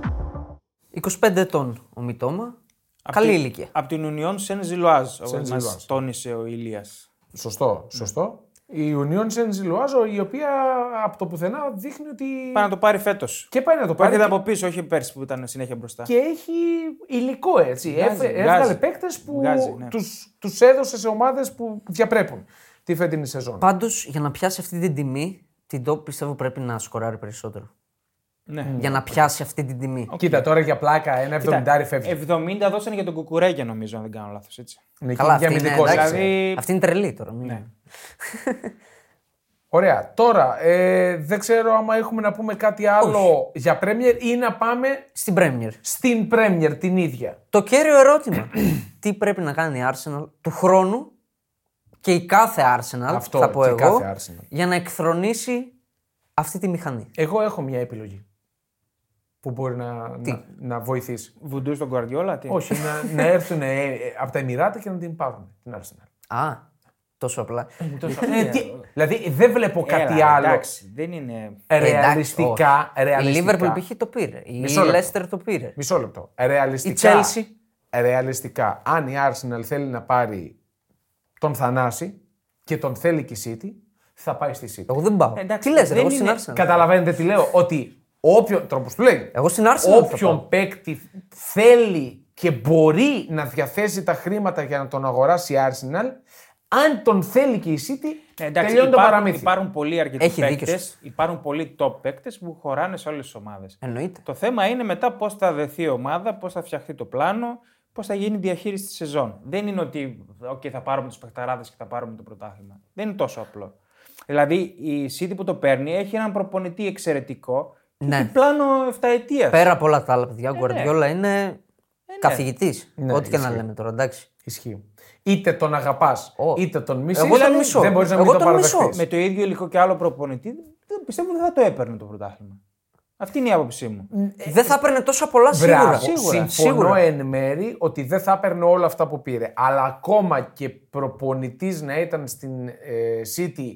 [SPEAKER 3] 25 ετών ο Μητώμα. Καλή ηλικία.
[SPEAKER 1] Από την Union Σεν Ζιλουάζ,
[SPEAKER 2] Saint-Gilloise.
[SPEAKER 1] μας τόνισε ο Ηλίας.
[SPEAKER 2] Σωστό, σωστό. Η Union Saint Gilloise, η οποία από το πουθενά δείχνει ότι.
[SPEAKER 1] Πάει να το πάρει φέτος.
[SPEAKER 2] Και πάει να το πάρει.
[SPEAKER 1] Έρχεται
[SPEAKER 2] και-
[SPEAKER 1] από πίσω, όχι πέρσι που ήταν συνέχεια μπροστά.
[SPEAKER 2] Και έχει υλικό έτσι.
[SPEAKER 1] Βγάζει,
[SPEAKER 2] Έφε-
[SPEAKER 1] βγάζει.
[SPEAKER 2] Έβγαλε παίκτες που
[SPEAKER 1] Βγάζει, ναι.
[SPEAKER 2] τους, τους έδωσε σε ομάδες που διαπρέπουν τη φετινή σεζόν.
[SPEAKER 3] Πάντως για να πιάσει αυτή την τιμή, την top πιστεύω πρέπει να σκοράρει περισσότερο.
[SPEAKER 1] Ναι.
[SPEAKER 3] Για να πιάσει αυτή την τιμή.
[SPEAKER 2] Κοίτα τώρα για πλάκα, ένα
[SPEAKER 1] ε,
[SPEAKER 2] 70 φεύγει.
[SPEAKER 1] 70 δώσανε για τον Κουκουρέγια, νομίζω, αν δεν κάνω λάθος. Έτσι.
[SPEAKER 2] Είναι
[SPEAKER 3] Καλά,
[SPEAKER 2] και
[SPEAKER 3] αυτή είναι,
[SPEAKER 2] αμυντικός,
[SPEAKER 3] εντάξει.
[SPEAKER 2] έτσι.
[SPEAKER 1] Δηλαδή-
[SPEAKER 3] αυτή είναι τρελή τώρα. μην-
[SPEAKER 2] Ναι. Ωραία. Τώρα, ε, δεν ξέρω άμα έχουμε να πούμε κάτι άλλο για Premier ή να πάμε
[SPEAKER 3] Στην Premier.
[SPEAKER 2] στην Premier την ίδια.
[SPEAKER 3] Το κέριο ερώτημα. τι πρέπει να κάνει η Arsenal του χρόνου και η κάθε Arsenal,
[SPEAKER 2] Αυτό,
[SPEAKER 3] θα πω
[SPEAKER 2] και η
[SPEAKER 3] εγώ,
[SPEAKER 2] κάθε Arsenal.
[SPEAKER 3] για να εκθρονήσει αυτή τη μηχανή.
[SPEAKER 2] Εγώ έχω μια επιλογή που μπορεί να, να, να βοηθήσει.
[SPEAKER 1] Βουντού στον Κουαρδιόλα, τι.
[SPEAKER 2] Όχι, να, να έρθουν από τα Εμμυράτα και να την πάρουν την Arsenal.
[SPEAKER 3] Α, τόσο απλά.
[SPEAKER 2] Ε, τι- δηλαδή δεν βλέπω
[SPEAKER 1] Έλα,
[SPEAKER 2] κάτι άλλο.
[SPEAKER 1] Εντάξει, Ε, δεν είναι.
[SPEAKER 2] Ρεαλιστικά,
[SPEAKER 3] εντάξει, Ε, όχι.
[SPEAKER 2] ρεαλιστικά.
[SPEAKER 3] Η Liverpool π.χ. το πήρε. Η
[SPEAKER 2] Μισό λεπτό.
[SPEAKER 3] Leicester το πήρε.
[SPEAKER 2] Μισό λεπτό. Ε,
[SPEAKER 3] Η
[SPEAKER 2] Ρεαλιστικά.
[SPEAKER 3] Chelsea.
[SPEAKER 2] Ρεαλιστικά, αν η Arsenal θέλει να πάρει τον Θανάση και τον θέλει και η City, θα πάει στη City.
[SPEAKER 3] Εγώ δεν πάω.
[SPEAKER 1] Εντάξει,
[SPEAKER 3] τι λες,
[SPEAKER 1] δεν
[SPEAKER 3] εγώ στην
[SPEAKER 1] είναι-
[SPEAKER 3] Arsenal.
[SPEAKER 2] Καταλαβαίνετε τι λέω. Ότι όποιον. Τρόπο του λέει.
[SPEAKER 3] Εγώ στην Arsenal θα πάω.
[SPEAKER 2] Όποιον παίκτη θέλει και μπορεί να διαθέσει τα χρήματα για να τον αγοράσει η Arsenal, αν τον θέλει και η City,
[SPEAKER 1] Ε, Εντάξει,
[SPEAKER 2] τελειώνει το
[SPEAKER 1] υπάρχουν,
[SPEAKER 2] παραμύθι.
[SPEAKER 1] υπάρχουν πολλοί αρκετοί
[SPEAKER 3] Έχει δίκιο
[SPEAKER 1] παίκτες. Υπάρχουν πολλοί top παίκτες που χωράνε σε όλες τις ομάδες.
[SPEAKER 3] Εννοείται.
[SPEAKER 1] Το θέμα είναι μετά πώς θα δεθεί η ομάδα, πώς θα φτιαχτεί το πλάνο, πώς θα γίνει η διαχείριση της σεζόν. Δεν είναι ότι okay, θα πάρουμε τους παιχταράδες και θα πάρουμε το πρωτάθλημα. Δεν είναι τόσο απλό. Δηλαδή η City που το παίρνει έχει έναν προπονητή εξαιρετικό. και
[SPEAKER 3] Ναι.
[SPEAKER 1] Έχει πλάνο 7 ετία.
[SPEAKER 3] Πέρα από όλα τα άλλα,
[SPEAKER 1] Ε, ναι.
[SPEAKER 3] παιδιά, ο Guardiola είναι καθηγητής.
[SPEAKER 2] Ναι,
[SPEAKER 3] Ό,τι και να
[SPEAKER 2] ισχύει.
[SPEAKER 3] λέμε τώρα, εντάξει.
[SPEAKER 2] Ισχύει. Είτε τον αγαπάς,
[SPEAKER 3] Ω.
[SPEAKER 2] είτε τον μισείς.
[SPEAKER 3] Εγώ τον μισώ.
[SPEAKER 2] Δεν μπορείς να
[SPEAKER 3] Εγώ
[SPEAKER 2] μην τον
[SPEAKER 3] τον μισώ.
[SPEAKER 2] παραδεχτείς.
[SPEAKER 1] Με το ίδιο υλικό και άλλο προπονητή, δεν- πιστεύω δεν θα το έπαιρνε το πρωτάθλημα. Αυτή είναι η άποψή μου.
[SPEAKER 3] Δεν θα έπαιρνε τόσο πολλά σίγουρα.
[SPEAKER 2] Συμφωνώ ε, εν μέρη ότι δεν θα έπαιρνε όλα αυτά που πήρε. Αλλά ακόμα και προπονητής να ήταν στην ε, City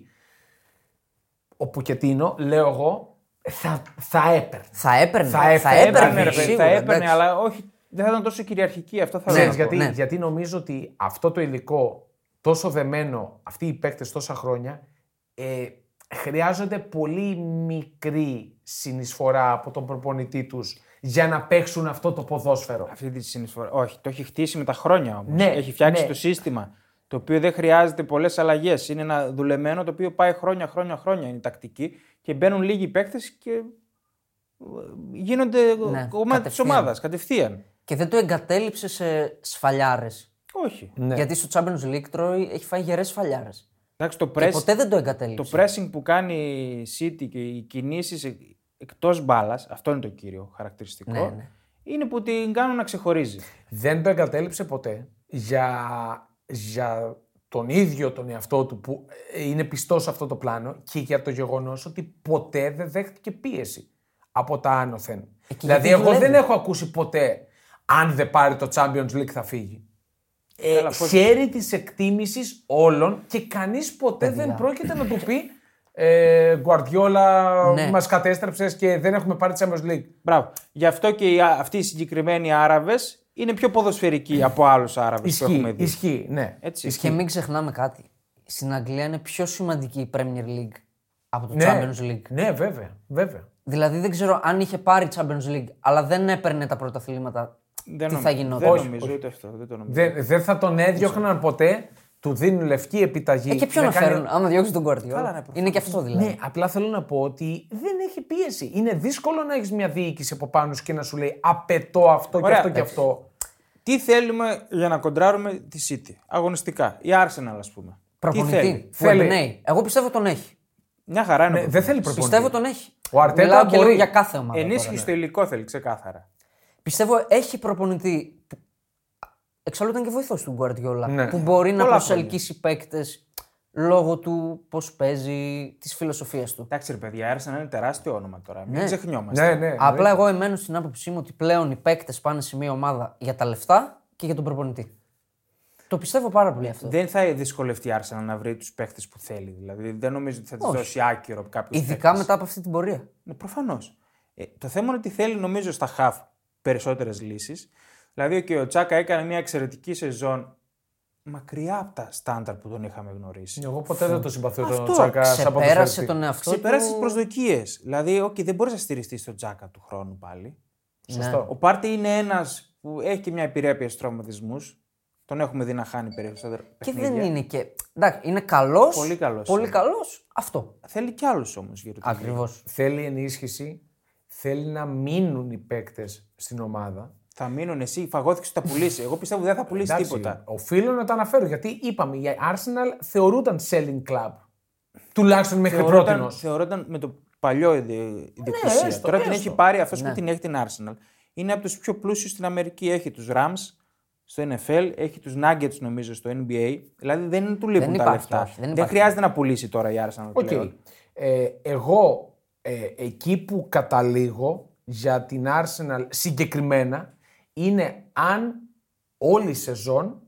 [SPEAKER 2] ο Πουκετίνο, λέω εγώ, θα, θα έπαιρνε.
[SPEAKER 3] Θα έπαιρνε.
[SPEAKER 2] Θα έπαιρνε,
[SPEAKER 1] Έπαιρνε, Ναι, ρε, παιδί,
[SPEAKER 3] σίγουρα,
[SPEAKER 1] θα έπαιρνε,
[SPEAKER 3] εντάξει.
[SPEAKER 1] αλλά όχι, δεν θα ήταν τόσο κυριαρχική. Αυτό θα
[SPEAKER 2] Ξέρεις
[SPEAKER 1] έλεγα.
[SPEAKER 3] ναι,
[SPEAKER 2] γιατί,
[SPEAKER 3] ναι.
[SPEAKER 2] γιατί νομίζω ότι αυτό το υλικό τόσο δεμένο, αυτοί οι παίκτες τόσα χρόνια, ε, χρειάζονται πολύ μικρή συνεισφορά από τον προπονητή τους για να παίξουν αυτό το ποδόσφαιρο.
[SPEAKER 1] Αυτή τη συνεισφορά. Όχι, το έχει χτίσει με τα χρόνια όμως.
[SPEAKER 2] Ναι,
[SPEAKER 1] έχει φτιάξει
[SPEAKER 2] ναι.
[SPEAKER 1] το σύστημα το οποίο δεν χρειάζεται πολλές αλλαγές. Είναι ένα δουλεμένο το οποίο πάει χρόνια, χρόνια, χρόνια. Είναι η τακτική και μπαίνουν λίγοι παίκτες και ε, γίνονται
[SPEAKER 3] Ναι,
[SPEAKER 1] κομμάτι της
[SPEAKER 3] κατευθείαν.
[SPEAKER 1] ομάδας κατευθείαν.
[SPEAKER 3] Και δεν το εγκατέλειψε σε σφαλιάρες.
[SPEAKER 1] Όχι.
[SPEAKER 2] Ναι.
[SPEAKER 3] Γιατί στο Champions League τρώει, έχει φάει γερές σφαλιάρες.
[SPEAKER 1] Εντάξει, το
[SPEAKER 3] Και
[SPEAKER 1] press,
[SPEAKER 3] ποτέ δεν το
[SPEAKER 1] το
[SPEAKER 3] εγκατέλειψε.
[SPEAKER 1] pressing που κάνει η City και οι κινήσεις εκτός μπάλας, αυτό είναι το κύριο χαρακτηριστικό.
[SPEAKER 3] Ναι, ναι.
[SPEAKER 1] Είναι που την κάνουν να ξεχωρίζει.
[SPEAKER 2] δεν το εγκατέλειψε ποτέ για, για τον ίδιο τον εαυτό του που ε, είναι πιστός σε αυτό το πλάνο και για το γεγονός ότι ποτέ δεν δέχτηκε πίεση από τα άνωθεν. δηλαδή
[SPEAKER 3] γιατί
[SPEAKER 2] εγώ δεν
[SPEAKER 3] δουλεύει.
[SPEAKER 2] έχω ακούσει ποτέ αν δεν πάρει το Champions League θα φύγει. Ε,
[SPEAKER 1] Καλά, πώς-
[SPEAKER 2] χαίρει της εκτίμησης όλων και κανείς ποτέ δεν πρόκειται να του πει ε, Γκουαρδιόλα
[SPEAKER 3] Ναι.
[SPEAKER 2] μας κατέστρεψες και δεν έχουμε πάρει Champions League.
[SPEAKER 1] Μπράβο. Γι' αυτό και οι, α- αυτοί οι συγκεκριμένοι Άραβες είναι πιο ποδοσφαιρικοί από άλλους Άραβες που έχουμε
[SPEAKER 2] Ισχύει,
[SPEAKER 1] δει.
[SPEAKER 2] ισχύει, ναι.
[SPEAKER 1] Έτσι.
[SPEAKER 3] Και μην ξεχνάμε κάτι. Στην Αγγλία είναι πιο σημαντική η Premier League από το
[SPEAKER 2] Ναι.
[SPEAKER 3] Champions League.
[SPEAKER 2] Ναι, βέβαια, βέβαια.
[SPEAKER 3] Δηλαδή δεν ξέρω αν είχε πάρει Champions League, αλλά δεν έπαιρνε τα πρωταθλήματα.
[SPEAKER 1] Δεν
[SPEAKER 3] τι
[SPEAKER 1] νομι-
[SPEAKER 3] θα γινόταν.
[SPEAKER 1] Δεν
[SPEAKER 2] Όχι,
[SPEAKER 1] νομίζω ούτε αυτό. Δεν το νομίζω.
[SPEAKER 2] Δεν, δεν θα τον έδιωχναν ποτέ. Του δίνουν λευκή επιταγή.
[SPEAKER 3] Ε, και ποιον να
[SPEAKER 2] κάνει-
[SPEAKER 3] φέρουν, άμα διώξει τον Guardiola. είναι και αυτό δηλαδή.
[SPEAKER 2] Ναι, απλά θέλω να πω ότι δεν έχει πίεση. Είναι δύσκολο να έχεις μια διοίκηση από πάνω σου και να σου λέει Απαιτώ αυτό
[SPEAKER 1] Ωραία,
[SPEAKER 2] και αυτό και
[SPEAKER 1] εντάξει.
[SPEAKER 2] αυτό.
[SPEAKER 1] Τι θέλουμε για να κοντράρουμε τη City αγωνιστικά. Η Arsenal, ας πούμε. Τι
[SPEAKER 3] Προπονητή.
[SPEAKER 1] θέλει.
[SPEAKER 3] Που
[SPEAKER 2] Θέλει.
[SPEAKER 3] εμπνέει. Εγώ πιστεύω τον έχει.
[SPEAKER 1] Μια χαρά είναι. ο
[SPEAKER 2] Ε, δεν
[SPEAKER 1] προπονητής.
[SPEAKER 2] θέλει προπονητή.
[SPEAKER 3] Πιστεύω τον έχει.
[SPEAKER 2] Ο Αρτέτα
[SPEAKER 3] Μιλάω και λέω
[SPEAKER 2] μπορεί.
[SPEAKER 3] για κάθε ομάδα.
[SPEAKER 1] Ενίσχυση
[SPEAKER 3] τώρα, ναι.
[SPEAKER 1] στο υλικό θέλει, ξεκάθαρα.
[SPEAKER 3] Πιστεύω έχει προπονητή. που- Εξάλλου ήταν και βοηθός του Γκουαρδιόλα.
[SPEAKER 2] Ναι.
[SPEAKER 3] Που μπορεί να
[SPEAKER 1] Πολλά
[SPEAKER 3] προσελκύσει παίκτες λόγω του πώς παίζει, της φιλοσοφίας του.
[SPEAKER 1] Εντάξει, ρε παιδιά, η Arsenal είναι τεράστιο όνομα τώρα. Μην ξεχνιόμαστε.
[SPEAKER 2] Ναι, ναι.
[SPEAKER 3] Απλά εγώ εμένω στην άποψή μου ότι πλέον οι παίκτες πάνε σε μια ομάδα για τα λεφτά και για τον προπονητή. Το πιστεύω πάρα πολύ αυτό.
[SPEAKER 1] Δεν θα δυσκολευτεί η Arsenal να βρει τους παίχτε που θέλει. Δηλαδή, δεν νομίζω ότι θα τη δώσει άκυρο κάποιος.
[SPEAKER 3] Ειδικά μετά από αυτή την πορεία.
[SPEAKER 1] Ναι, προφανώς. Ε, το θέμα είναι ότι θέλει νομίζω στα χαφ περισσότερες λύσεις. Δηλαδή, και ο Τσάκα έκανε μια εξαιρετική σεζόν μακριά από τα στάνταρ που τον είχαμε γνωρίσει.
[SPEAKER 3] Ναι,
[SPEAKER 2] Εγώ ποτέ δεν το συμπαθούσα τον
[SPEAKER 3] Αυτό
[SPEAKER 2] Τσάκα σαν
[SPEAKER 3] ξεπέρασε
[SPEAKER 2] ποδοσφαιριστή.
[SPEAKER 3] τον εαυτό του.
[SPEAKER 1] Ξεπέρασε τις προσδοκίες. Δηλαδή, OK, δεν μπορείς να στηριστείς στον Τζάκα του χρόνου πάλι.
[SPEAKER 3] Ναι.
[SPEAKER 2] Σωστό.
[SPEAKER 1] Ο Πάρτι είναι ένας που έχει και μια επιρρέπεια στους τραυματισμούς. Τον έχουμε δει να χάνει περισσότερα.
[SPEAKER 3] Και
[SPEAKER 1] παιχνίδια.
[SPEAKER 3] δεν είναι και. Εντάξει, είναι καλός.
[SPEAKER 1] Πολύ καλός
[SPEAKER 3] Πολύ
[SPEAKER 2] ναι.
[SPEAKER 1] είναι.
[SPEAKER 3] καλός. Αυτό.
[SPEAKER 1] Θέλει κι άλλους όμως γύρω του.
[SPEAKER 3] Ακριβώς.
[SPEAKER 2] Θέλει ενίσχυση, θέλει να μείνουν οι παίκτες στην ομάδα.
[SPEAKER 1] Θα μείνουν εσύ, φαγώθηκες τα πουλήσει. Εγώ πιστεύω δεν θα πουλήσει
[SPEAKER 2] Εντάξει,
[SPEAKER 1] τίποτα.
[SPEAKER 2] Οφείλω να τα αναφέρω γιατί είπαμε η Arsenal θεωρούνταν selling club. Τουλάχιστον μέχρι πρώτη.
[SPEAKER 1] Θεωρόταν, θεωρόταν με το παλιό η δι- διοκτησία.
[SPEAKER 2] έστω,
[SPEAKER 1] Τώρα την
[SPEAKER 2] έστω.
[SPEAKER 1] έχει πάρει αυτός
[SPEAKER 3] Ναι.
[SPEAKER 1] που την έχει την Arsenal. Είναι από τους πιο πλούσιους στην Αμερική. Έχει τους Rams στο NFL, έχει τους Nuggets νομίζω στο NBA. Δηλαδή δεν του λείπουν τα
[SPEAKER 3] υπάρχει,
[SPEAKER 1] λεφτά.
[SPEAKER 3] όχι, δεν υπάρχει.
[SPEAKER 1] χρειάζεται να πουλήσει τώρα η Arsenal.
[SPEAKER 2] Οκ.
[SPEAKER 1] πλέον.
[SPEAKER 2] Ε, εγώ ε, εκεί που καταλήγω για την Arsenal συγκεκριμένα είναι αν όλη η σεζόν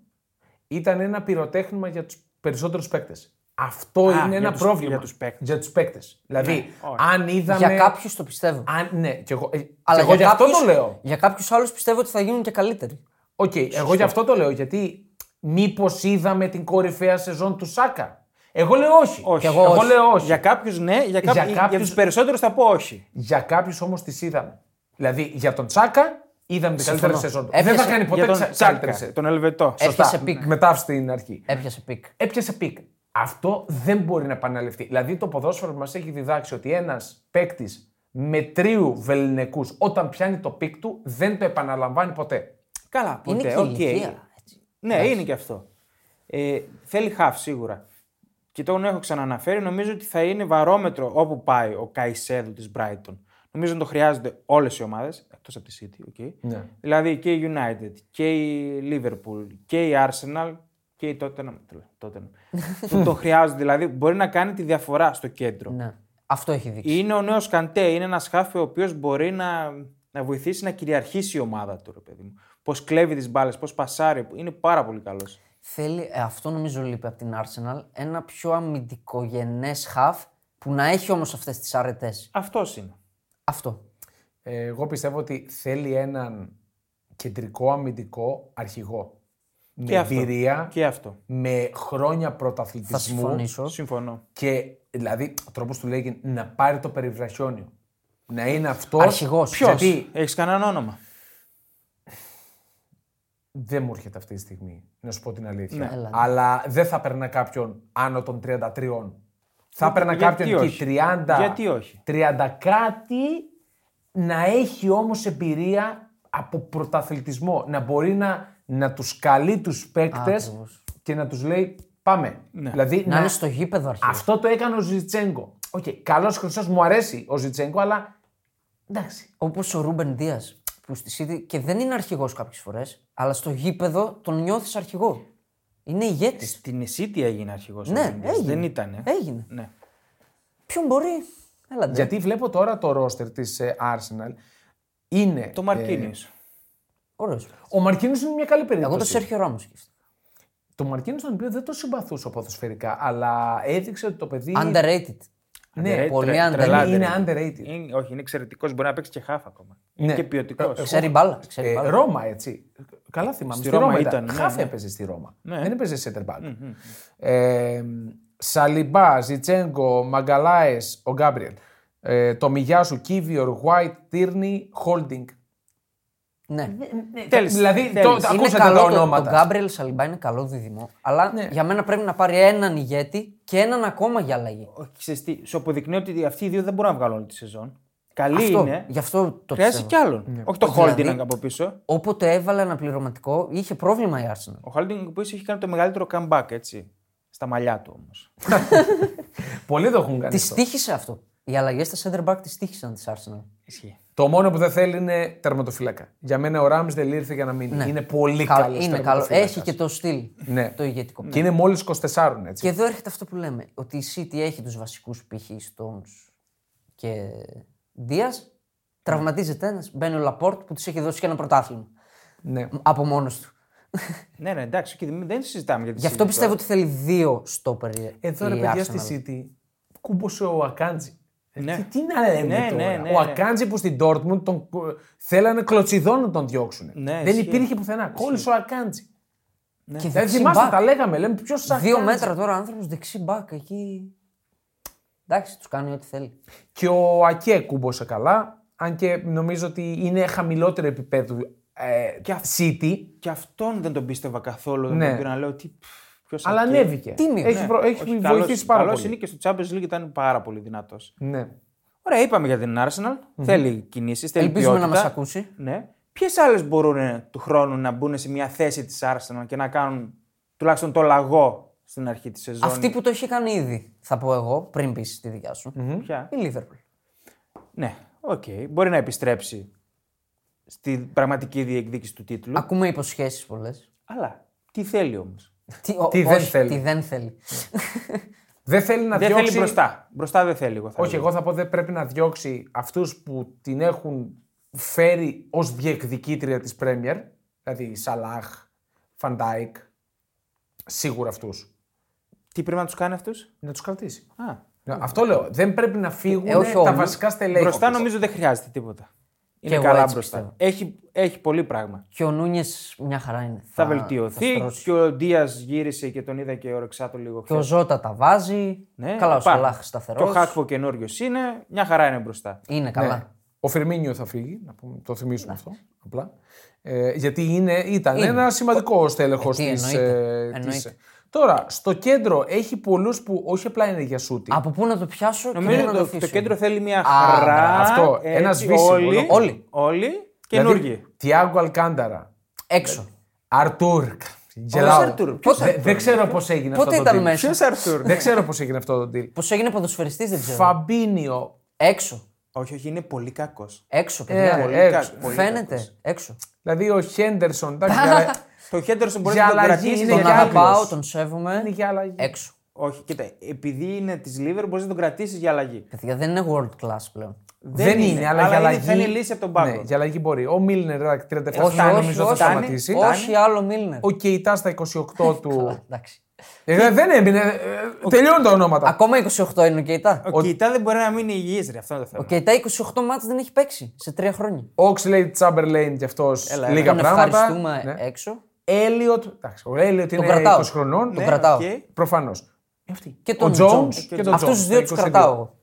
[SPEAKER 2] ήταν ένα πυροτέχνημα για τους περισσότερους παίκτες. Αυτό
[SPEAKER 1] Α,
[SPEAKER 2] είναι
[SPEAKER 1] για
[SPEAKER 2] ένα
[SPEAKER 1] τους-
[SPEAKER 2] πρόβλημα
[SPEAKER 1] για τους παίκτες. Ναι,
[SPEAKER 2] Για τους παίκτες. Δηλαδή,
[SPEAKER 1] όχι.
[SPEAKER 2] αν είδαμε...
[SPEAKER 3] Για κάποιους το πιστεύω.
[SPEAKER 2] αν, ναι, και εγώ, ε,
[SPEAKER 3] Αλλά
[SPEAKER 2] και εγώ
[SPEAKER 3] για
[SPEAKER 2] γι' αυτό
[SPEAKER 3] κάποιους-
[SPEAKER 2] το λέω.
[SPEAKER 3] Για κάποιους άλλους πιστεύω ότι θα γίνουν και καλύτεροι.
[SPEAKER 2] Οκ, εγώ γι' αυτό το λέω, γιατί μήπως είδαμε την κορυφαία σεζόν του Σάκα. Εγώ λέω όχι.
[SPEAKER 1] Όχι.
[SPEAKER 2] Εγώ,
[SPEAKER 3] όχι.
[SPEAKER 2] λέω όχι.
[SPEAKER 1] Για κάποιους ναι, για, κάποιου... για,
[SPEAKER 2] κάποιους-
[SPEAKER 1] τους περισσότερους θα πω όχι.
[SPEAKER 2] Για κάποιους όμως τις είδαμε. Δηλαδή για τον Τσάκα είδαμε την
[SPEAKER 3] Συμφωνώ.
[SPEAKER 2] καλύτερη σεζόν του.
[SPEAKER 3] Έπιασε-
[SPEAKER 2] Δεν θα κάνει ποτέ
[SPEAKER 1] για
[SPEAKER 2] ξα-
[SPEAKER 1] τον
[SPEAKER 2] καλύτερη
[SPEAKER 1] Τσάκα,
[SPEAKER 2] σεζόν.
[SPEAKER 1] τον Ελβετό.
[SPEAKER 3] Έπιασε
[SPEAKER 1] Σωστά.
[SPEAKER 3] πικ.
[SPEAKER 2] Μετά στην αρχή.
[SPEAKER 3] Έπιασε πικ.
[SPEAKER 2] Έπιασε πικ. Αυτό δεν μπορεί να επαναληφθεί. Δηλαδή το ποδόσφαιρο μας έχει διδάξει ότι ένας παίκτης μετρίου βεληνικούς όταν πιάνει το πικ του δεν το επαναλαμβάνει ποτέ.
[SPEAKER 1] Καλά,
[SPEAKER 3] Είναι
[SPEAKER 1] ποτέ.
[SPEAKER 3] και η
[SPEAKER 1] οκ.
[SPEAKER 3] ηλικία. έτσι.
[SPEAKER 1] Ναι, είναι και αυτό. Ε, θέλει χαφ σίγουρα. Και τον έχω ξαναναφέρει. Νομίζω ότι θα είναι βαρόμετρο όπου πάει ο Καϊσέδου της Brighton. Νομίζω να το χρειάζονται όλες οι ομάδες εκτός από τη City. Okay.
[SPEAKER 2] Ναι.
[SPEAKER 1] Δηλαδή και η United και η Liverpool και η Arsenal και η Tottenham. Tottenham. Που το χρειάζονται. Δηλαδή μπορεί να κάνει τη διαφορά στο κέντρο.
[SPEAKER 3] Ναι. Αυτό έχει δείξει.
[SPEAKER 1] Είναι ο νέος Καντέ. Είναι ένας χάφι ο οποίος μπορεί να, να βοηθήσει να κυριαρχήσει η ομάδα του, ρε παιδί μου. Πώς κλέβει τις μπάλες, πώς πασάρει. Είναι πάρα πολύ καλός.
[SPEAKER 3] Θέλει, ε, αυτό νομίζω λείπει από την Arsenal, ένα πιο αμυντικογενές χαφ που να έχει όμως αυτές τις αρετές.
[SPEAKER 1] Αυτός είναι.
[SPEAKER 3] Αυτό.
[SPEAKER 2] Ε, Εγώ πιστεύω ότι θέλει έναν κεντρικό αμυντικό αρχηγό. Με
[SPEAKER 1] αυτό.
[SPEAKER 2] εμπειρία,
[SPEAKER 1] Και αυτό.
[SPEAKER 2] με χρόνια
[SPEAKER 3] Θα
[SPEAKER 2] πρωταθλητισμού.
[SPEAKER 3] συμφωνήσω.
[SPEAKER 1] Συμφωνώ.
[SPEAKER 2] Και δηλαδή ο τρόπος του λέγει να πάρει το περιβραχιόνιο. Να είναι αυτός.
[SPEAKER 3] Αρχηγός.
[SPEAKER 2] Ποιο. Γιατί
[SPEAKER 1] Έχει κανένα όνομα.
[SPEAKER 2] δεν μου έρχεται αυτή τη στιγμή, να σου πω την αλήθεια.
[SPEAKER 1] Ναι.
[SPEAKER 3] Έλα, ναι.
[SPEAKER 2] Αλλά δεν θα παίρνα κάποιον άνω των 33. Θα έπαιρνα
[SPEAKER 1] γιατί
[SPEAKER 2] κάποιον
[SPEAKER 1] όχι.
[SPEAKER 2] εκεί 30.
[SPEAKER 1] Γιατί όχι.
[SPEAKER 2] 30 κάτι να έχει όμως εμπειρία από πρωταθλητισμό. Να μπορεί να, να τους καλεί τους παίκτες
[SPEAKER 3] Ακριβώς.
[SPEAKER 2] και να τους λέει πάμε.
[SPEAKER 1] Ναι.
[SPEAKER 2] Δηλαδή
[SPEAKER 3] Να, είναι στο γήπεδο αρχηγό.
[SPEAKER 2] Αυτό το έκανε ο Ζιτσέγκο. Οκ, okay, καλός χρυσός μου αρέσει ο Ζιτσέγκο, αλλά. Εντάξει.
[SPEAKER 3] Όπως ο Ρούμπεν Δίας που στη City και δεν είναι αρχηγός κάποιες φορές, αλλά στο γήπεδο τον νιώθεις αρχηγό. Είναι ηγέτης.
[SPEAKER 1] Στην City έγινε αρχηγός.
[SPEAKER 3] Ναι, έγινε.
[SPEAKER 1] Δεν
[SPEAKER 2] ε.
[SPEAKER 1] ήταν.
[SPEAKER 3] Έγινε.
[SPEAKER 1] Ναι.
[SPEAKER 3] Ποιον μπορεί.
[SPEAKER 1] Ε.
[SPEAKER 3] Έλα, Γιατί...
[SPEAKER 2] Γιατί βλέπω τώρα το ρόστερ της Arsenal. Είναι. ε,
[SPEAKER 1] Το Μαρκίνιο.
[SPEAKER 3] Ωραίος.
[SPEAKER 2] Ο Μαρκίνο είναι μια καλή περίπτωση.
[SPEAKER 3] Εγώ το Σέρχιο Ράμος σκέφτηκα.
[SPEAKER 2] Το Μαρκίνο, τον οποίο δεν το συμπαθούσα ποδοσφαιρικά, αλλά έδειξε ότι το παιδί.
[SPEAKER 3] Underrated.
[SPEAKER 2] Ναι,
[SPEAKER 3] πολύ
[SPEAKER 2] είναι,
[SPEAKER 3] underrated.
[SPEAKER 2] είναι underrated.
[SPEAKER 1] Είναι, όχι, είναι εξαιρετικός. Μπορεί να παίξει και χάφ ακόμα.
[SPEAKER 2] Ναι.
[SPEAKER 1] Είναι και ποιοτικός.
[SPEAKER 3] Ξέρει μπάλα. Ξέρει
[SPEAKER 2] Ε,
[SPEAKER 3] μπάλα.
[SPEAKER 2] Ρώμα, έτσι. Καλά θυμάμαι.
[SPEAKER 1] Ε, Στη
[SPEAKER 2] Στη Ρώμα,
[SPEAKER 1] Ρώμα
[SPEAKER 2] ήταν.
[SPEAKER 1] ήταν, ναι,
[SPEAKER 2] Χάφ
[SPEAKER 1] ναι.
[SPEAKER 2] έπαιζε στη Ρώμα.
[SPEAKER 1] Ναι.
[SPEAKER 2] Δεν έπαιζε center back. Ε, Σαλιμπά, Ζιτσέγκο, Μαγκαλάες, ο Γκάμπριελ. Ε, το Μιγιάσου, Κίβιορ, Γουάιτ, Τύρνη, Χόλντινγκ. ε,
[SPEAKER 3] Ναι.
[SPEAKER 1] Τέλει.
[SPEAKER 2] Δηλαδή, το,
[SPEAKER 1] Θέλεις.
[SPEAKER 3] Είναι
[SPEAKER 2] ακούσατε τα
[SPEAKER 3] καλό το, το
[SPEAKER 2] ονόματα. Ναι.
[SPEAKER 3] Γκάμπριελ Σαλιμπά είναι καλό δίδυμο. Αλλά για μένα πρέπει να πάρει έναν ηγέτη και έναν ακόμα για αλλαγή.
[SPEAKER 1] Όχι, ξέρεις τι, Σου αποδεικνύει ότι αυτοί οι δύο δεν μπορούν να βγάλουν όλη τη σεζόν. Καλή
[SPEAKER 3] αυτό,
[SPEAKER 1] είναι.
[SPEAKER 3] Γι' αυτό το
[SPEAKER 1] Χρειάζεται
[SPEAKER 3] πιστεύω.
[SPEAKER 1] κι άλλον. Όχι το
[SPEAKER 3] Δηλαδή-
[SPEAKER 1] Holding από πίσω.
[SPEAKER 3] Όποτε έβαλε ένα πληρωματικό, είχε πρόβλημα η Arsenal.
[SPEAKER 1] Ο Holding από πίσω έχει κάνει το μεγαλύτερο comeback έτσι. Στα μαλλιά του όμως.
[SPEAKER 2] Πολλοί το έχουν κάνει.
[SPEAKER 3] Τη
[SPEAKER 2] αυτό.
[SPEAKER 3] τύχησε αυτό. Οι αλλαγές στα center back τη τύχησαν της Arsenal.
[SPEAKER 1] Ισχύει.
[SPEAKER 2] Το μόνο που δεν θέλει είναι τερματοφύλακα. Για μένα ο Ράμς δεν ήρθε για να μείνει. Είναι πολύ
[SPEAKER 3] Κα-
[SPEAKER 2] καλό.
[SPEAKER 3] Ναι. είναι καλό. Έχει και το στυλ.
[SPEAKER 2] Ναι.
[SPEAKER 3] Το ηγετικό.
[SPEAKER 2] Και είναι μόλις 24 έτσι.
[SPEAKER 3] Και εδώ έρχεται αυτό που λέμε. Ότι η City έχει τους βασικούς π.χ. Stones και Δία. Τραυματίζεται ένας. Μπαίνει ο Λαπόρτ που του έχει δώσει και ένα πρωτάθλημα.
[SPEAKER 2] Ναι.
[SPEAKER 3] Από μόνος του.
[SPEAKER 1] Ναι, ναι, εντάξει, και δεν δεν συζητάμε για τη
[SPEAKER 3] Γι' αυτό
[SPEAKER 1] City
[SPEAKER 3] πιστεύω
[SPEAKER 1] τώρα.
[SPEAKER 3] ότι θέλει δύο στόπερ.
[SPEAKER 2] Εδώ
[SPEAKER 3] η
[SPEAKER 2] ρε παιδιά
[SPEAKER 3] Arsenal.
[SPEAKER 2] στη City κούμπωσε ο Ακάντζη. Ε,
[SPEAKER 1] Ναι.
[SPEAKER 2] Τι, τι να λέμε
[SPEAKER 1] Ναι,
[SPEAKER 2] τώρα.
[SPEAKER 1] ναι, ναι,
[SPEAKER 2] ο
[SPEAKER 1] ναι.
[SPEAKER 2] Ακάντζη που στην Dortmund τον... κου- θέλανε κλωτσιδόν να τον διώξουν.
[SPEAKER 1] Ναι,
[SPEAKER 2] δεν
[SPEAKER 1] ισχύει.
[SPEAKER 2] υπήρχε πουθενά. Κόλλησε ο Ακάντζη.
[SPEAKER 3] Και
[SPEAKER 2] Ναι. Δεν
[SPEAKER 3] δεξί
[SPEAKER 2] θυμάστε,
[SPEAKER 3] μπακ.
[SPEAKER 2] τα λέγαμε. Λέμε ποιος θα
[SPEAKER 3] Δύο
[SPEAKER 2] κάνει.
[SPEAKER 3] μέτρα τώρα άνθρωπος δεξί μπακ εκεί. Εντάξει, τους κάνει ό,τι θέλει.
[SPEAKER 2] Και ο Ακέ κούμπωσε καλά. Αν και νομίζω ότι είναι χαμηλότερο επίπεδο ε,
[SPEAKER 1] Και αυτό-
[SPEAKER 2] City,
[SPEAKER 1] Και αυτόν δεν τον πίστευα καθόλου.
[SPEAKER 2] Ναι.
[SPEAKER 1] Δεν τον πήρα να λέω τι. ποιος
[SPEAKER 2] αλλά
[SPEAKER 1] αρκεί.
[SPEAKER 2] ανέβηκε.
[SPEAKER 3] Τίμιο.
[SPEAKER 2] Έχει,
[SPEAKER 3] Ναι,
[SPEAKER 2] προ- έχει
[SPEAKER 1] Όχι,
[SPEAKER 2] βοηθήσει
[SPEAKER 1] καλός-
[SPEAKER 2] πάρα
[SPEAKER 1] καλός
[SPEAKER 2] πολύ.
[SPEAKER 1] είναι και στο Champions League ήταν πάρα πολύ δυνατός.
[SPEAKER 2] Ναι.
[SPEAKER 1] Ωραία, είπαμε για την Arsenal. Θέλει κινήσεις, θέλει
[SPEAKER 3] Ελπίζουμε να
[SPEAKER 1] ποιότητα.
[SPEAKER 3] μας ακούσει.
[SPEAKER 1] Ναι. Ποιες άλλες μπορούν του χρόνου να μπουν σε μια θέση της Arsenal και να κάνουν τουλάχιστον το λαγό στην αρχή της σεζόν.
[SPEAKER 3] Αυτή που το έχει κάνει ήδη, θα πω εγώ, πριν πεις τη δικιά σου.
[SPEAKER 1] Ποια?
[SPEAKER 3] Η Λίβερπουλ.
[SPEAKER 1] Ναι, οκ. Μπορεί να επιστρέψει στην πραγματική διεκδίκηση του τίτλου.
[SPEAKER 3] Ακούμε υποσχέσεις πολλές.
[SPEAKER 1] Αλλά τι θέλει όμως.
[SPEAKER 3] Τι, ο-
[SPEAKER 2] Τι δεν
[SPEAKER 3] όχι,
[SPEAKER 2] θέλει.
[SPEAKER 3] Τι δεν θέλει.
[SPEAKER 2] Δεν θέλει να
[SPEAKER 1] Δεν
[SPEAKER 2] διώξει.
[SPEAKER 1] θέλει μπροστά. Μπροστά δεν θέλει, εγώ θα
[SPEAKER 2] Όχι,
[SPEAKER 1] έλεγα.
[SPEAKER 2] εγώ θα πω δεν πρέπει να διώξει αυτούς που την έχουν φέρει ως διεκδικήτρια της Πρέμιερ. Δηλαδή Σαλάχ, Φαντάικ. Σίγουρα αυτούς.
[SPEAKER 1] Τι πρέπει να τους κάνει αυτούς.
[SPEAKER 2] Να τους κρατήσει.
[SPEAKER 1] Α,
[SPEAKER 2] Ναι, Αυτό λέω. Δεν πρέπει να φύγουν
[SPEAKER 3] Ε, όχι
[SPEAKER 2] τα
[SPEAKER 3] όλοι.
[SPEAKER 2] βασικά στελέχη.
[SPEAKER 1] μπροστά
[SPEAKER 2] της.
[SPEAKER 1] νομίζω δεν χρειάζεται τίποτα. Είναι
[SPEAKER 3] εγώ
[SPEAKER 1] καλά
[SPEAKER 3] έτσι
[SPEAKER 1] μπροστά.
[SPEAKER 3] πιστεύω.
[SPEAKER 1] Έχει, έχει πολύ πράγμα.
[SPEAKER 3] και ο Νούνιες μια χαρά είναι.
[SPEAKER 1] Θα, βελτιωθεί.
[SPEAKER 3] στρώσει.
[SPEAKER 1] και ο Ντίας γύρισε και τον είδα και ο Ρεξάτο λίγο
[SPEAKER 3] Και ο
[SPEAKER 1] χθε.
[SPEAKER 3] Ζώτα τα βάζει.
[SPEAKER 2] Ναι,
[SPEAKER 3] καλά, ο
[SPEAKER 1] υπάρχει.
[SPEAKER 3] Σαλάχ σταθερός.
[SPEAKER 1] Και ο Χάκβο καινούριος είναι. Μια χαρά είναι μπροστά.
[SPEAKER 3] Είναι καλά.
[SPEAKER 2] Ναι. Ο Φερμίνιο θα φύγει, να πούμε, το θυμίζουμε αυτό. Απλά. Ε, γιατί είναι, ήταν ένα σημαντικό στέλεχο
[SPEAKER 3] Ε, τι
[SPEAKER 2] της.
[SPEAKER 3] εννοείται, εννοείται.
[SPEAKER 2] Τώρα, στο κέντρο έχει πολλούς που όχι απλά είναι για σούτι.
[SPEAKER 3] Από πού να το πιάσω και πού
[SPEAKER 1] Νομίζω
[SPEAKER 3] να το ναι,
[SPEAKER 1] το, το,
[SPEAKER 3] αφήσω.
[SPEAKER 1] κέντρο θέλει μια χαρά.
[SPEAKER 2] αυτό.
[SPEAKER 1] έτσι,
[SPEAKER 2] Ένα σβήσιμο,
[SPEAKER 1] Όλοι.
[SPEAKER 2] ολόκληρο.
[SPEAKER 1] όλοι.
[SPEAKER 3] Δηλαδή,
[SPEAKER 1] όλοι
[SPEAKER 2] Δηλαδή,
[SPEAKER 1] καινούργοι.
[SPEAKER 2] Τιάγκο Αλκάνταρα.
[SPEAKER 3] Έξω.
[SPEAKER 2] Αρτούρ. Γελάω.
[SPEAKER 1] Άρτουρ,
[SPEAKER 2] Δεν-
[SPEAKER 3] ποιος Άρτουρ?
[SPEAKER 2] Δεν ξέρω πώς έγινε
[SPEAKER 3] Πότε
[SPEAKER 2] αυτό. το
[SPEAKER 3] ήταν
[SPEAKER 2] deal.
[SPEAKER 3] μέσα. Ναι.
[SPEAKER 1] Ποιο Αρθούρ.
[SPEAKER 2] Δεν ξέρω πώς έγινε αυτό το deal.
[SPEAKER 3] Πώς έγινε ποδοσφαιριστής δεν ξέρω.
[SPEAKER 2] Φαμπίνιο.
[SPEAKER 3] Έξω.
[SPEAKER 1] όχι, όχι, είναι πολύ κακός.
[SPEAKER 3] Έξω, παιδιά.
[SPEAKER 2] Ε,
[SPEAKER 1] πολύ
[SPEAKER 2] έξω.
[SPEAKER 1] κακός, πολύ
[SPEAKER 3] Φαίνεται.
[SPEAKER 1] κακός.
[SPEAKER 3] Έξω.
[SPEAKER 2] Δηλαδή ο Χέντερσον. εντάξει, αλλά
[SPEAKER 1] Το Χέντερσον μπορεί
[SPEAKER 2] Για
[SPEAKER 1] να τον
[SPEAKER 2] αλλαγή
[SPEAKER 1] κρατήσει.
[SPEAKER 2] είναι
[SPEAKER 1] τον
[SPEAKER 3] Τον
[SPEAKER 2] για
[SPEAKER 1] άλλο.
[SPEAKER 3] αγαπάω,
[SPEAKER 2] άλλος.
[SPEAKER 3] τον
[SPEAKER 2] Είναι
[SPEAKER 3] σέβομαι.
[SPEAKER 2] για αλλαγή.
[SPEAKER 3] Έξω.
[SPEAKER 1] Όχι, κοίτα, επειδή είναι της Λίβερ, μπορείς να τον κρατήσεις για αλλαγή.
[SPEAKER 3] Παιδιά, δεν είναι world class πλέον.
[SPEAKER 2] Δεν, είναι, αλλά, για
[SPEAKER 1] είναι-
[SPEAKER 2] αλλαγή.
[SPEAKER 1] θα είναι λύση από τον πάγκο.
[SPEAKER 2] Ναι, για αλλαγή μπορεί. Ο Μίλνερ, εντάξει, 37
[SPEAKER 3] Όχι,
[SPEAKER 2] χρόνια
[SPEAKER 3] όχι,
[SPEAKER 2] νομίζω θα
[SPEAKER 3] όχι.
[SPEAKER 2] σταματήσει.
[SPEAKER 3] Όχι άλλο Μίλνερ.
[SPEAKER 2] Ο Κεϊτά στα 28 του.
[SPEAKER 3] Εντάξει.
[SPEAKER 2] Ε, δεν έμεινε. ε, Τελειώνουν τα ονόματα.
[SPEAKER 3] Ακόμα 28 είναι ο Κεϊτά.
[SPEAKER 1] Ο Κιτά δεν μπορεί να μείνει υγιής, ρε. Αυτό είναι το
[SPEAKER 3] Ο
[SPEAKER 1] θέμα.
[SPEAKER 3] Κεϊτά 28 μάτς δεν έχει παίξει σε τρία χρόνια.
[SPEAKER 2] Ο Oxlade Chamberlain κι αυτός
[SPEAKER 1] Έλα, έλα.
[SPEAKER 2] λίγα
[SPEAKER 3] Τον
[SPEAKER 2] πράγματα.
[SPEAKER 3] ευχαριστούμε ε,
[SPEAKER 2] Ναι.
[SPEAKER 3] έξω.
[SPEAKER 2] Elliot, εντάξει, ο Έλιοτ είναι
[SPEAKER 3] κρατάω.
[SPEAKER 2] 20 χρονών.
[SPEAKER 3] Τον
[SPEAKER 1] Ναι,
[SPEAKER 3] κρατάω.
[SPEAKER 1] και-
[SPEAKER 2] Προφανώ.
[SPEAKER 3] Και
[SPEAKER 2] Ο
[SPEAKER 3] τον
[SPEAKER 2] Jones
[SPEAKER 3] Jones.
[SPEAKER 2] και τον
[SPEAKER 3] Αυτούς
[SPEAKER 2] Jones,
[SPEAKER 3] τους δύο
[SPEAKER 2] τα
[SPEAKER 3] τους
[SPEAKER 2] 22.
[SPEAKER 3] κρατάω εγώ.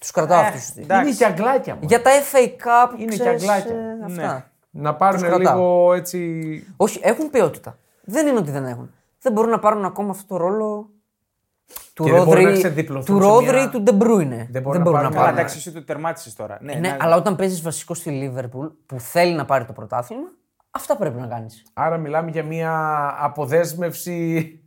[SPEAKER 3] Τους κρατάω
[SPEAKER 1] Ε,
[SPEAKER 3] αυτούς τους δύο.
[SPEAKER 1] εντάξει.
[SPEAKER 2] Είναι και αγκλάκια μου.
[SPEAKER 3] Για τα FA Cup,
[SPEAKER 2] Είναι και
[SPEAKER 3] ξέρεις,
[SPEAKER 2] αγκλάκια.
[SPEAKER 3] ε, αυτά.
[SPEAKER 1] Ναι.
[SPEAKER 2] Να πάρουν
[SPEAKER 3] Τους κρατάω.
[SPEAKER 2] λίγο έτσι.
[SPEAKER 3] Όχι, έχουν ποιότητα. Δεν είναι ότι δεν έχουν. Δεν μπορούν να πάρουν ακόμα αυτό το ρόλο του
[SPEAKER 2] Και δεν μπορούν να
[SPEAKER 3] Ρόδρυ,
[SPEAKER 2] ξεδιπλωθούν
[SPEAKER 3] του
[SPEAKER 2] σε
[SPEAKER 3] Ρόδρυ
[SPEAKER 2] μια-
[SPEAKER 3] του Ντεμπρούινε.
[SPEAKER 2] Δεν μπορούν να πάρουν
[SPEAKER 1] Καλά,
[SPEAKER 2] Πάμε.
[SPEAKER 1] εντάξει, εσύ το τερμάτισε τώρα. Ναι,
[SPEAKER 3] Ναι,
[SPEAKER 1] να-
[SPEAKER 3] αλλά όταν παίζεις βασικό στη Λίβερπουλ που θέλει να πάρει το πρωτάθλημα, αυτά πρέπει να κάνεις.
[SPEAKER 2] Άρα μιλάμε για μια αποδέσμευση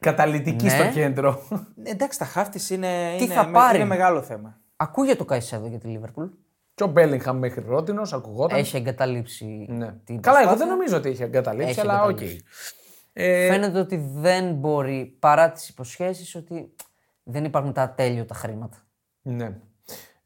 [SPEAKER 2] καταλητική
[SPEAKER 3] Ναι.
[SPEAKER 2] στο κέντρο.
[SPEAKER 1] ναι, Εντάξει, τα χάφτης είναι,
[SPEAKER 3] Τι
[SPEAKER 1] είναι,
[SPEAKER 3] θα
[SPEAKER 1] με-
[SPEAKER 3] πάρει?
[SPEAKER 1] είναι μεγάλο θέμα.
[SPEAKER 3] Ακούγεται το Καϊσέδο για τη Λίβερπουλ.
[SPEAKER 2] Και ο Μπέλιγχαμ μέχρι ρότινος, ακουγόταν.
[SPEAKER 3] Έχει εγκαταλείψει
[SPEAKER 2] Ναι.
[SPEAKER 3] την.
[SPEAKER 2] Καλά, εγώ
[SPEAKER 3] προσπάθεια.
[SPEAKER 2] δεν νομίζω ότι έχει εγκαταλείψει,
[SPEAKER 3] Έχει
[SPEAKER 2] αλλά οκ.
[SPEAKER 3] εγκαταλείψει.
[SPEAKER 2] Ε,
[SPEAKER 3] Φαίνεται ότι δεν μπορεί παρά τις υποσχέσεις ότι δεν υπάρχουν τα ατέλειωτα χρήματα.
[SPEAKER 2] ναι.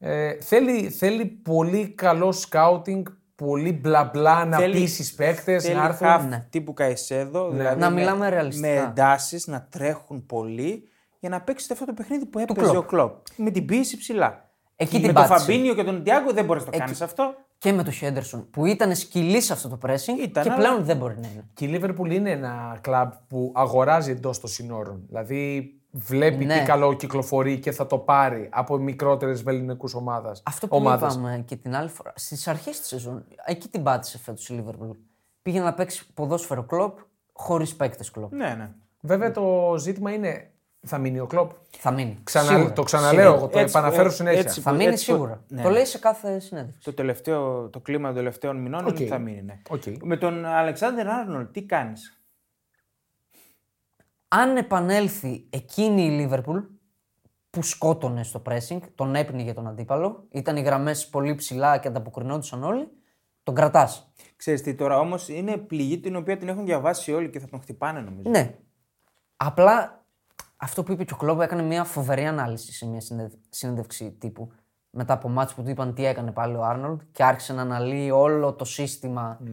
[SPEAKER 2] Ε, θέλει, θέλει πολύ καλό σκάουτινγκ, πολύ μπλα μπλα να
[SPEAKER 1] Θέλει-
[SPEAKER 2] πείσει παίκτες,
[SPEAKER 1] Θέλει
[SPEAKER 2] να έρθουν.
[SPEAKER 1] χαφ
[SPEAKER 3] ναι.
[SPEAKER 1] τύπου Καϊσέδο. Δηλαδή
[SPEAKER 3] Να
[SPEAKER 1] με-
[SPEAKER 3] μιλάμε ρεαλιστικά.
[SPEAKER 1] Με εντάσεις, να τρέχουν πολύ για να παίξει αυτό το παιχνίδι που έπαιζε
[SPEAKER 3] Κλοπ.
[SPEAKER 1] ο Κλοπ. Με την πίεση ψηλά.
[SPEAKER 3] Εκεί
[SPEAKER 1] με
[SPEAKER 3] την
[SPEAKER 1] τον
[SPEAKER 3] πάτησε.
[SPEAKER 1] Φαμπίνιο και τον Τιάγκο δεν μπορείς να το
[SPEAKER 3] Εκεί.
[SPEAKER 1] κάνεις αυτό.
[SPEAKER 3] Και με τον Χέντερσον που ήταν σκυλής σε αυτό το pressing
[SPEAKER 1] Ήταν,
[SPEAKER 3] και
[SPEAKER 1] αλλά-
[SPEAKER 3] πλέον δεν μπορεί να είναι.
[SPEAKER 2] Και η Λίβερπουλ είναι ένα κλαμπ που αγοράζει εντός των συνόρων. Δηλαδή βλέπει
[SPEAKER 3] Ναι.
[SPEAKER 2] τι καλό κυκλοφορεί και θα το πάρει από μικρότερες βεληνικούς ομάδες.
[SPEAKER 3] Αυτό που είπαμε και την άλλη φορά, στις αρχές της σεζόν, εκεί την πάτησε φέτος η Λίβερπουλ. Πήγε να παίξει ποδόσφαιρο κλοπ χωρίς παίκτες κλοπ.
[SPEAKER 1] Ναι, ναι.
[SPEAKER 2] Βέβαια το ζήτημα είναι, θα μείνει ο κλοπ.
[SPEAKER 3] Θα μείνει.
[SPEAKER 2] Ξανα-
[SPEAKER 3] Σίγουρα.
[SPEAKER 2] το ξαναλέω,
[SPEAKER 3] Σίγουρα.
[SPEAKER 2] εγώ το
[SPEAKER 1] Έτσι,
[SPEAKER 2] επαναφέρω
[SPEAKER 1] ε,
[SPEAKER 2] συνέχεια.
[SPEAKER 1] έτσι.
[SPEAKER 3] Θα μείνει
[SPEAKER 1] Έτσι,
[SPEAKER 3] σίγουρα.
[SPEAKER 1] ναι.
[SPEAKER 3] Το λέει σε κάθε συνέντευξη.
[SPEAKER 1] Το, τελευταίο, το κλίμα των τελευταίων μηνών είναι
[SPEAKER 2] Οκ.
[SPEAKER 1] ότι θα μείνει. Ναι.
[SPEAKER 2] Οκ.
[SPEAKER 1] Με τον Αλεξάνδρ Άρνολ, τι κάνεις.
[SPEAKER 3] Αν επανέλθει εκείνη η Λίβερπουλ που σκότωνε στο pressing, τον έπνιγε τον αντίπαλο, ήταν οι γραμμές πολύ ψηλά και ανταποκρινόντουσαν όλοι, τον κρατάς.
[SPEAKER 1] Ξέρεις τι τώρα όμως είναι πληγή την οποία την έχουν διαβάσει όλοι και θα τον χτυπάνε νομίζω.
[SPEAKER 3] Ναι. Απλά αυτό που είπε και ο Κλόπ έκανε μια φοβερή ανάλυση σε μια συνεδ- συνέντευξη τύπου. Μετά από μάτς που του είπαν τι έκανε πάλι ο Άρνολτ και άρχισε να αναλύει όλο το σύστημα.
[SPEAKER 1] Mm.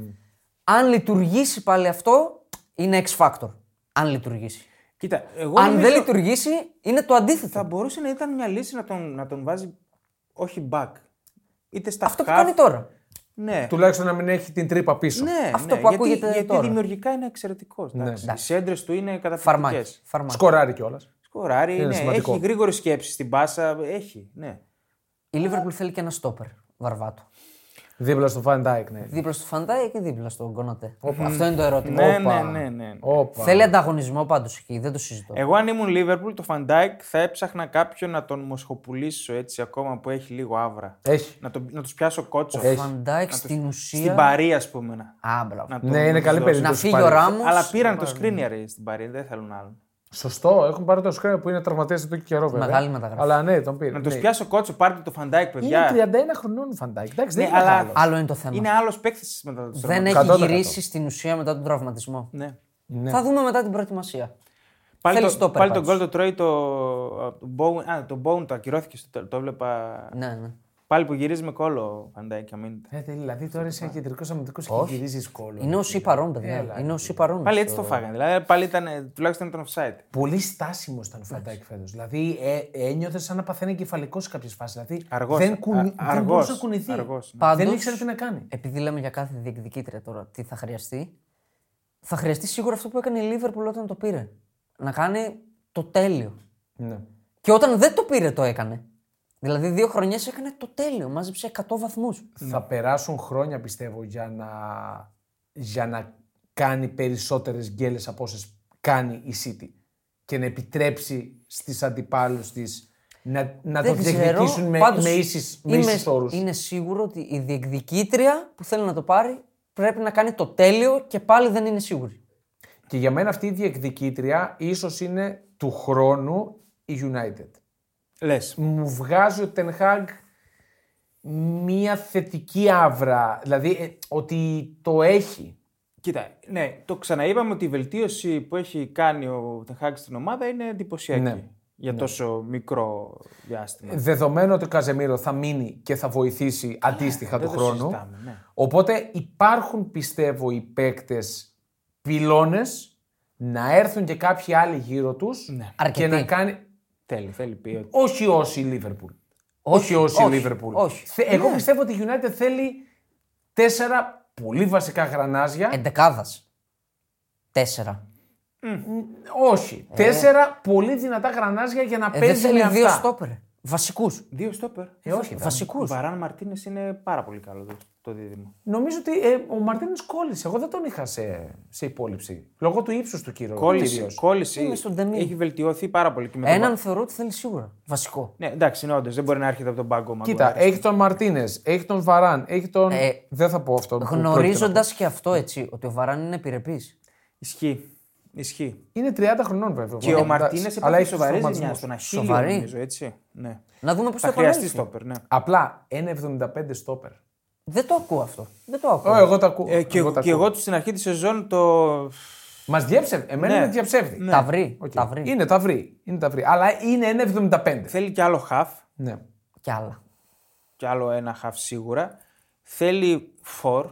[SPEAKER 3] Αν λειτουργήσει πάλι αυτό, είναι X factor. Αν λειτουργήσει.
[SPEAKER 1] Κοίτα, εγώ
[SPEAKER 3] Αν
[SPEAKER 1] νομίζω-
[SPEAKER 3] δεν λειτουργήσει, είναι το αντίθετο.
[SPEAKER 1] θα μπορούσε να ήταν μια λύση να τον, να τον βάζει όχι back. Είτε στα
[SPEAKER 3] Αυτό που
[SPEAKER 1] half,
[SPEAKER 3] κάνει τώρα.
[SPEAKER 1] Ναι.
[SPEAKER 2] Τουλάχιστον να μην έχει την τρύπα πίσω.
[SPEAKER 1] Ναι,
[SPEAKER 3] Αυτό
[SPEAKER 1] ναι,
[SPEAKER 3] που
[SPEAKER 1] γιατί,
[SPEAKER 3] ακούγεται
[SPEAKER 1] γιατί
[SPEAKER 3] τώρα.
[SPEAKER 1] δημιουργικά είναι εξαιρετικός. Οι σέντρες του είναι
[SPEAKER 3] Φαρμάκι.
[SPEAKER 1] καταπληκτικές.
[SPEAKER 3] Φαρμάκι.
[SPEAKER 2] Σκοράρει κιόλας.
[SPEAKER 1] Σκοράρει, ναι,
[SPEAKER 2] σημαντικό.
[SPEAKER 1] έχει γρήγορη σκέψη στην πάσα. Έχει, ναι.
[SPEAKER 3] Η Λίβερπουλ θέλει και ένα στόπερ βαρβάτο.
[SPEAKER 2] Δίπλα στο Van Dijk, ναι.
[SPEAKER 3] Δίπλα στο Φαντάι και δίπλα στον Κονατέ. Αυτό είναι το ερώτημα.
[SPEAKER 1] Ναι,
[SPEAKER 2] Όπα.
[SPEAKER 1] ναι, ναι, ναι.
[SPEAKER 2] Όπα.
[SPEAKER 3] Θέλει ανταγωνισμό πάντως εκεί, δεν το συζητώ.
[SPEAKER 1] Εγώ αν ήμουν Λίβερπουλ, το Φαντάικ θα έψαχνα κάποιον να τον μοσχοπουλήσω έτσι ακόμα που έχει λίγο άβρα.
[SPEAKER 2] Έχει.
[SPEAKER 1] Να, τον, να τους πιάσω κότσο.
[SPEAKER 3] Ο Φαντάικ στην ουσία.
[SPEAKER 1] Στην παρή, ας πούμε. Να,
[SPEAKER 3] Α, μπράβο.
[SPEAKER 1] να τον
[SPEAKER 2] Ναι, είναι καλή
[SPEAKER 1] δώσω.
[SPEAKER 2] περίπτωση.
[SPEAKER 3] Να φύγει ο
[SPEAKER 2] πάλι.
[SPEAKER 3] Ράμος.
[SPEAKER 1] Αλλά πήραν το screener ε, στην παρή, δεν θέλουν άλλον.
[SPEAKER 2] Σωστό, έχουν πάρει το σκρέα που είναι τραυματίας εδώ και καιρό βέβαια.
[SPEAKER 3] Μεγάλη μεταγραφή.
[SPEAKER 2] Αλλά ναι, τον πήρε.
[SPEAKER 1] Να τους
[SPEAKER 2] ναι.
[SPEAKER 1] πιάσω κότσο, πάρτε το Φαντάικ, παιδιά.
[SPEAKER 2] Είναι 31 χρονών ο Φαντάκ. Εντάξει, δεν
[SPEAKER 1] Ναι,
[SPEAKER 2] είναι
[SPEAKER 1] αλλά-
[SPEAKER 2] μεγάλος.
[SPEAKER 3] Άλλο είναι το θέμα.
[SPEAKER 1] Είναι άλλος παίκτης μετά το
[SPEAKER 3] Δεν
[SPEAKER 1] τραυματισμό.
[SPEAKER 3] έχει
[SPEAKER 2] 100%.
[SPEAKER 3] γυρίσει στην ουσία μετά τον τραυματισμό.
[SPEAKER 1] Ναι.
[SPEAKER 3] Θα δούμε μετά την προετοιμασία.
[SPEAKER 1] Πάλι,
[SPEAKER 3] Θέλεις
[SPEAKER 1] το,
[SPEAKER 3] στόπερ
[SPEAKER 1] πάλι τον
[SPEAKER 3] πάντως.
[SPEAKER 1] γκολ το τρώει το, το Bowen. Α, το Bowen το ακυρώθηκε, στο τέλος, το έβλεπα.
[SPEAKER 3] Ναι, ναι.
[SPEAKER 1] Πάλι που γυρίζει με κόλλο ο Φαντάικ, αμήνυτα.
[SPEAKER 2] Ε, δηλαδή τώρα είσαι κεντρικός αμυντικός και γυρίζει κόλλο.
[SPEAKER 3] Είναι ο παρόν, παιδιά. Είναι ο παρόν.
[SPEAKER 1] Πάλι έτσι το φάγανε. Δηλαδή πάλι ήταν, ε, τουλάχιστον ήταν offside.
[SPEAKER 2] Πολύ στάσιμο ήταν ο Φαντάκ φέτος. Δηλαδή ε, ένιωθες σαν να παθαίνει εγκεφαλικό σε κάποιες φάσεις. Δηλαδή
[SPEAKER 1] Αργός.
[SPEAKER 2] δεν, κουνη...
[SPEAKER 1] Α-
[SPEAKER 2] δεν
[SPEAKER 1] αργός.
[SPEAKER 2] μπορούσε να κουνηθεί.
[SPEAKER 1] Αργός, ναι.
[SPEAKER 3] Πάντως-
[SPEAKER 2] Δεν ήξερε τι να κάνει.
[SPEAKER 3] Επειδή λέμε για κάθε διεκδικήτρια τώρα τι θα χρειαστεί, θα χρειαστεί σίγουρα αυτό που έκανε η Λίβερπουλ όταν το πήρε. Να κάνει το τέλειο.
[SPEAKER 2] Ναι.
[SPEAKER 3] Και όταν δεν το πήρε, το έκανε. Δηλαδή, δύο χρονιές έκανε το τέλειο. Μάζεψε 100 βαθμούς.
[SPEAKER 2] Θα περάσουν χρόνια πιστεύω για να, για να κάνει περισσότερες γκέλες από όσες κάνει η City και να επιτρέψει στις αντιπάλους της να, να το
[SPEAKER 3] Δεν
[SPEAKER 2] διεκδικήσουν με,
[SPEAKER 3] Πάντως,
[SPEAKER 2] με ίσεις, με
[SPEAKER 3] είμαι-
[SPEAKER 2] ίσους όρους.
[SPEAKER 3] Είναι σίγουρο ότι η διεκδικήτρια που θέλει να το πάρει πρέπει να κάνει το τέλειο και πάλι δεν είναι σίγουρη.
[SPEAKER 2] Και για μένα αυτή η διεκδικήτρια ίσως είναι του χρόνου η United.
[SPEAKER 1] Λες.
[SPEAKER 2] Μου βγάζει ο Ten Hag μία θετική άβρα, δηλαδή ε, ότι το έχει.
[SPEAKER 1] Κοίτα, ναι, το ξαναείπαμε ότι η βελτίωση που έχει κάνει ο Τεχάκη στην ομάδα είναι εντυπωσιακή.
[SPEAKER 2] Ναι. Ε,
[SPEAKER 1] Για τόσο μικρό διάστημα.
[SPEAKER 2] Δεδομένου ότι ο Καζεμίρο θα μείνει και θα βοηθήσει αντίστοιχα του
[SPEAKER 1] Ε, δεν το
[SPEAKER 2] χρόνου.
[SPEAKER 1] συζητάμε, ναι.
[SPEAKER 2] Οπότε υπάρχουν πιστεύω οι παίκτες πυλώνες να έρθουν και κάποιοι άλλοι γύρω τους
[SPEAKER 1] Ναι,
[SPEAKER 2] και
[SPEAKER 3] Αρκετοί.
[SPEAKER 2] να κάνει...
[SPEAKER 1] Θέλει, θέλει ποιότητα.
[SPEAKER 2] Όχι όσοι η Λίβερπουλ. Όχι όσοι η
[SPEAKER 3] όχι,
[SPEAKER 2] Λίβερπουλ.
[SPEAKER 3] όχι. Ναι.
[SPEAKER 2] Θε- Εγώ πιστεύω ότι η United θέλει τέσσερα πολύ βασικά γρανάζια.
[SPEAKER 3] Εντεκάδας. Τέσσερα. Ε,
[SPEAKER 2] όχι. Τέσσερα πολύ δυνατά γρανάζια για να
[SPEAKER 3] Ε, δεν
[SPEAKER 2] παίζει με
[SPEAKER 3] θέλει
[SPEAKER 2] αυτά.
[SPEAKER 3] δύο στόπερ. Βασικούς.
[SPEAKER 1] Δύο στόπερ.
[SPEAKER 2] Ε, όχι. βέβαια.
[SPEAKER 1] Ο
[SPEAKER 3] Βασικού.
[SPEAKER 1] Βαράν Μαρτίνες είναι πάρα πολύ καλό το, το δίδυμο.
[SPEAKER 2] Νομίζω ότι ε, ο Μαρτίνες κόλλησε. Εγώ δεν τον είχα σε, σε υπόλοιψη. Λόγω του ύψους του κύριου.
[SPEAKER 1] Κόλλησε.
[SPEAKER 2] κυρίως.
[SPEAKER 1] κόλλησε.
[SPEAKER 3] Είναι στον Ντεμίρ.
[SPEAKER 1] Έχει βελτιωθεί πάρα πολύ. Και με τον
[SPEAKER 3] Έναν θεωρώ ότι θέλει σίγουρα. Βασικό.
[SPEAKER 1] Ναι, εντάξει, είναι όντως, Δεν μπορεί να έρχεται από τον πάγκο Μαγκουάρ.
[SPEAKER 2] Κοίτα, έχει τον Μαρτίνες, έχει τον Βαράν, έχει τον.
[SPEAKER 3] Ε,
[SPEAKER 2] δεν θα πω αυτό. που πρόκειται να πω.
[SPEAKER 3] Γνωρίζοντας και αυτό έτσι, ότι ο Βαράν είναι επιρρεπής.
[SPEAKER 1] Ισχύει. Ισχύει.
[SPEAKER 2] Είναι 30 χρονών βέβαια.
[SPEAKER 1] Και ο
[SPEAKER 2] Ε, Εντάξει,
[SPEAKER 1] Μαρτίνες
[SPEAKER 2] αλλά
[SPEAKER 1] έπαθε
[SPEAKER 2] έχει
[SPEAKER 1] σοβαρή ζημιά
[SPEAKER 2] τραυματισμούς.
[SPEAKER 1] στον Αχίλιο.
[SPEAKER 3] Σοβαρή.
[SPEAKER 1] Νομίζω, έτσι. Ναι.
[SPEAKER 3] Να δούμε πώς θα
[SPEAKER 1] Θα χρειαστεί
[SPEAKER 3] επανέλθει.
[SPEAKER 1] στόπερ, ναι.
[SPEAKER 2] Απλά 1,75 στόπερ.
[SPEAKER 3] Δεν το ακούω αυτό. Δεν το ακούω.
[SPEAKER 2] Ω, εγώ τα ακούω.
[SPEAKER 1] Ε, και,
[SPEAKER 2] τα
[SPEAKER 1] εγώ, και
[SPEAKER 2] ακούω.
[SPEAKER 1] εγώ στην αρχή της σεζόν το.
[SPEAKER 2] Μας διέψευδε. Εμένα
[SPEAKER 1] Ναι.
[SPEAKER 2] με διαψεύδει.
[SPEAKER 3] Τα βρει.
[SPEAKER 2] Οκ.
[SPEAKER 3] Τα βρει.
[SPEAKER 2] Είναι τα βρει. Είναι τα βρει. Αλλά είναι 1,75.
[SPEAKER 1] Θέλει και άλλο χαφ.
[SPEAKER 2] Ναι.
[SPEAKER 3] Κι άλλα.
[SPEAKER 1] Και άλλο ένα χαφ σίγουρα. Θέλει φορ.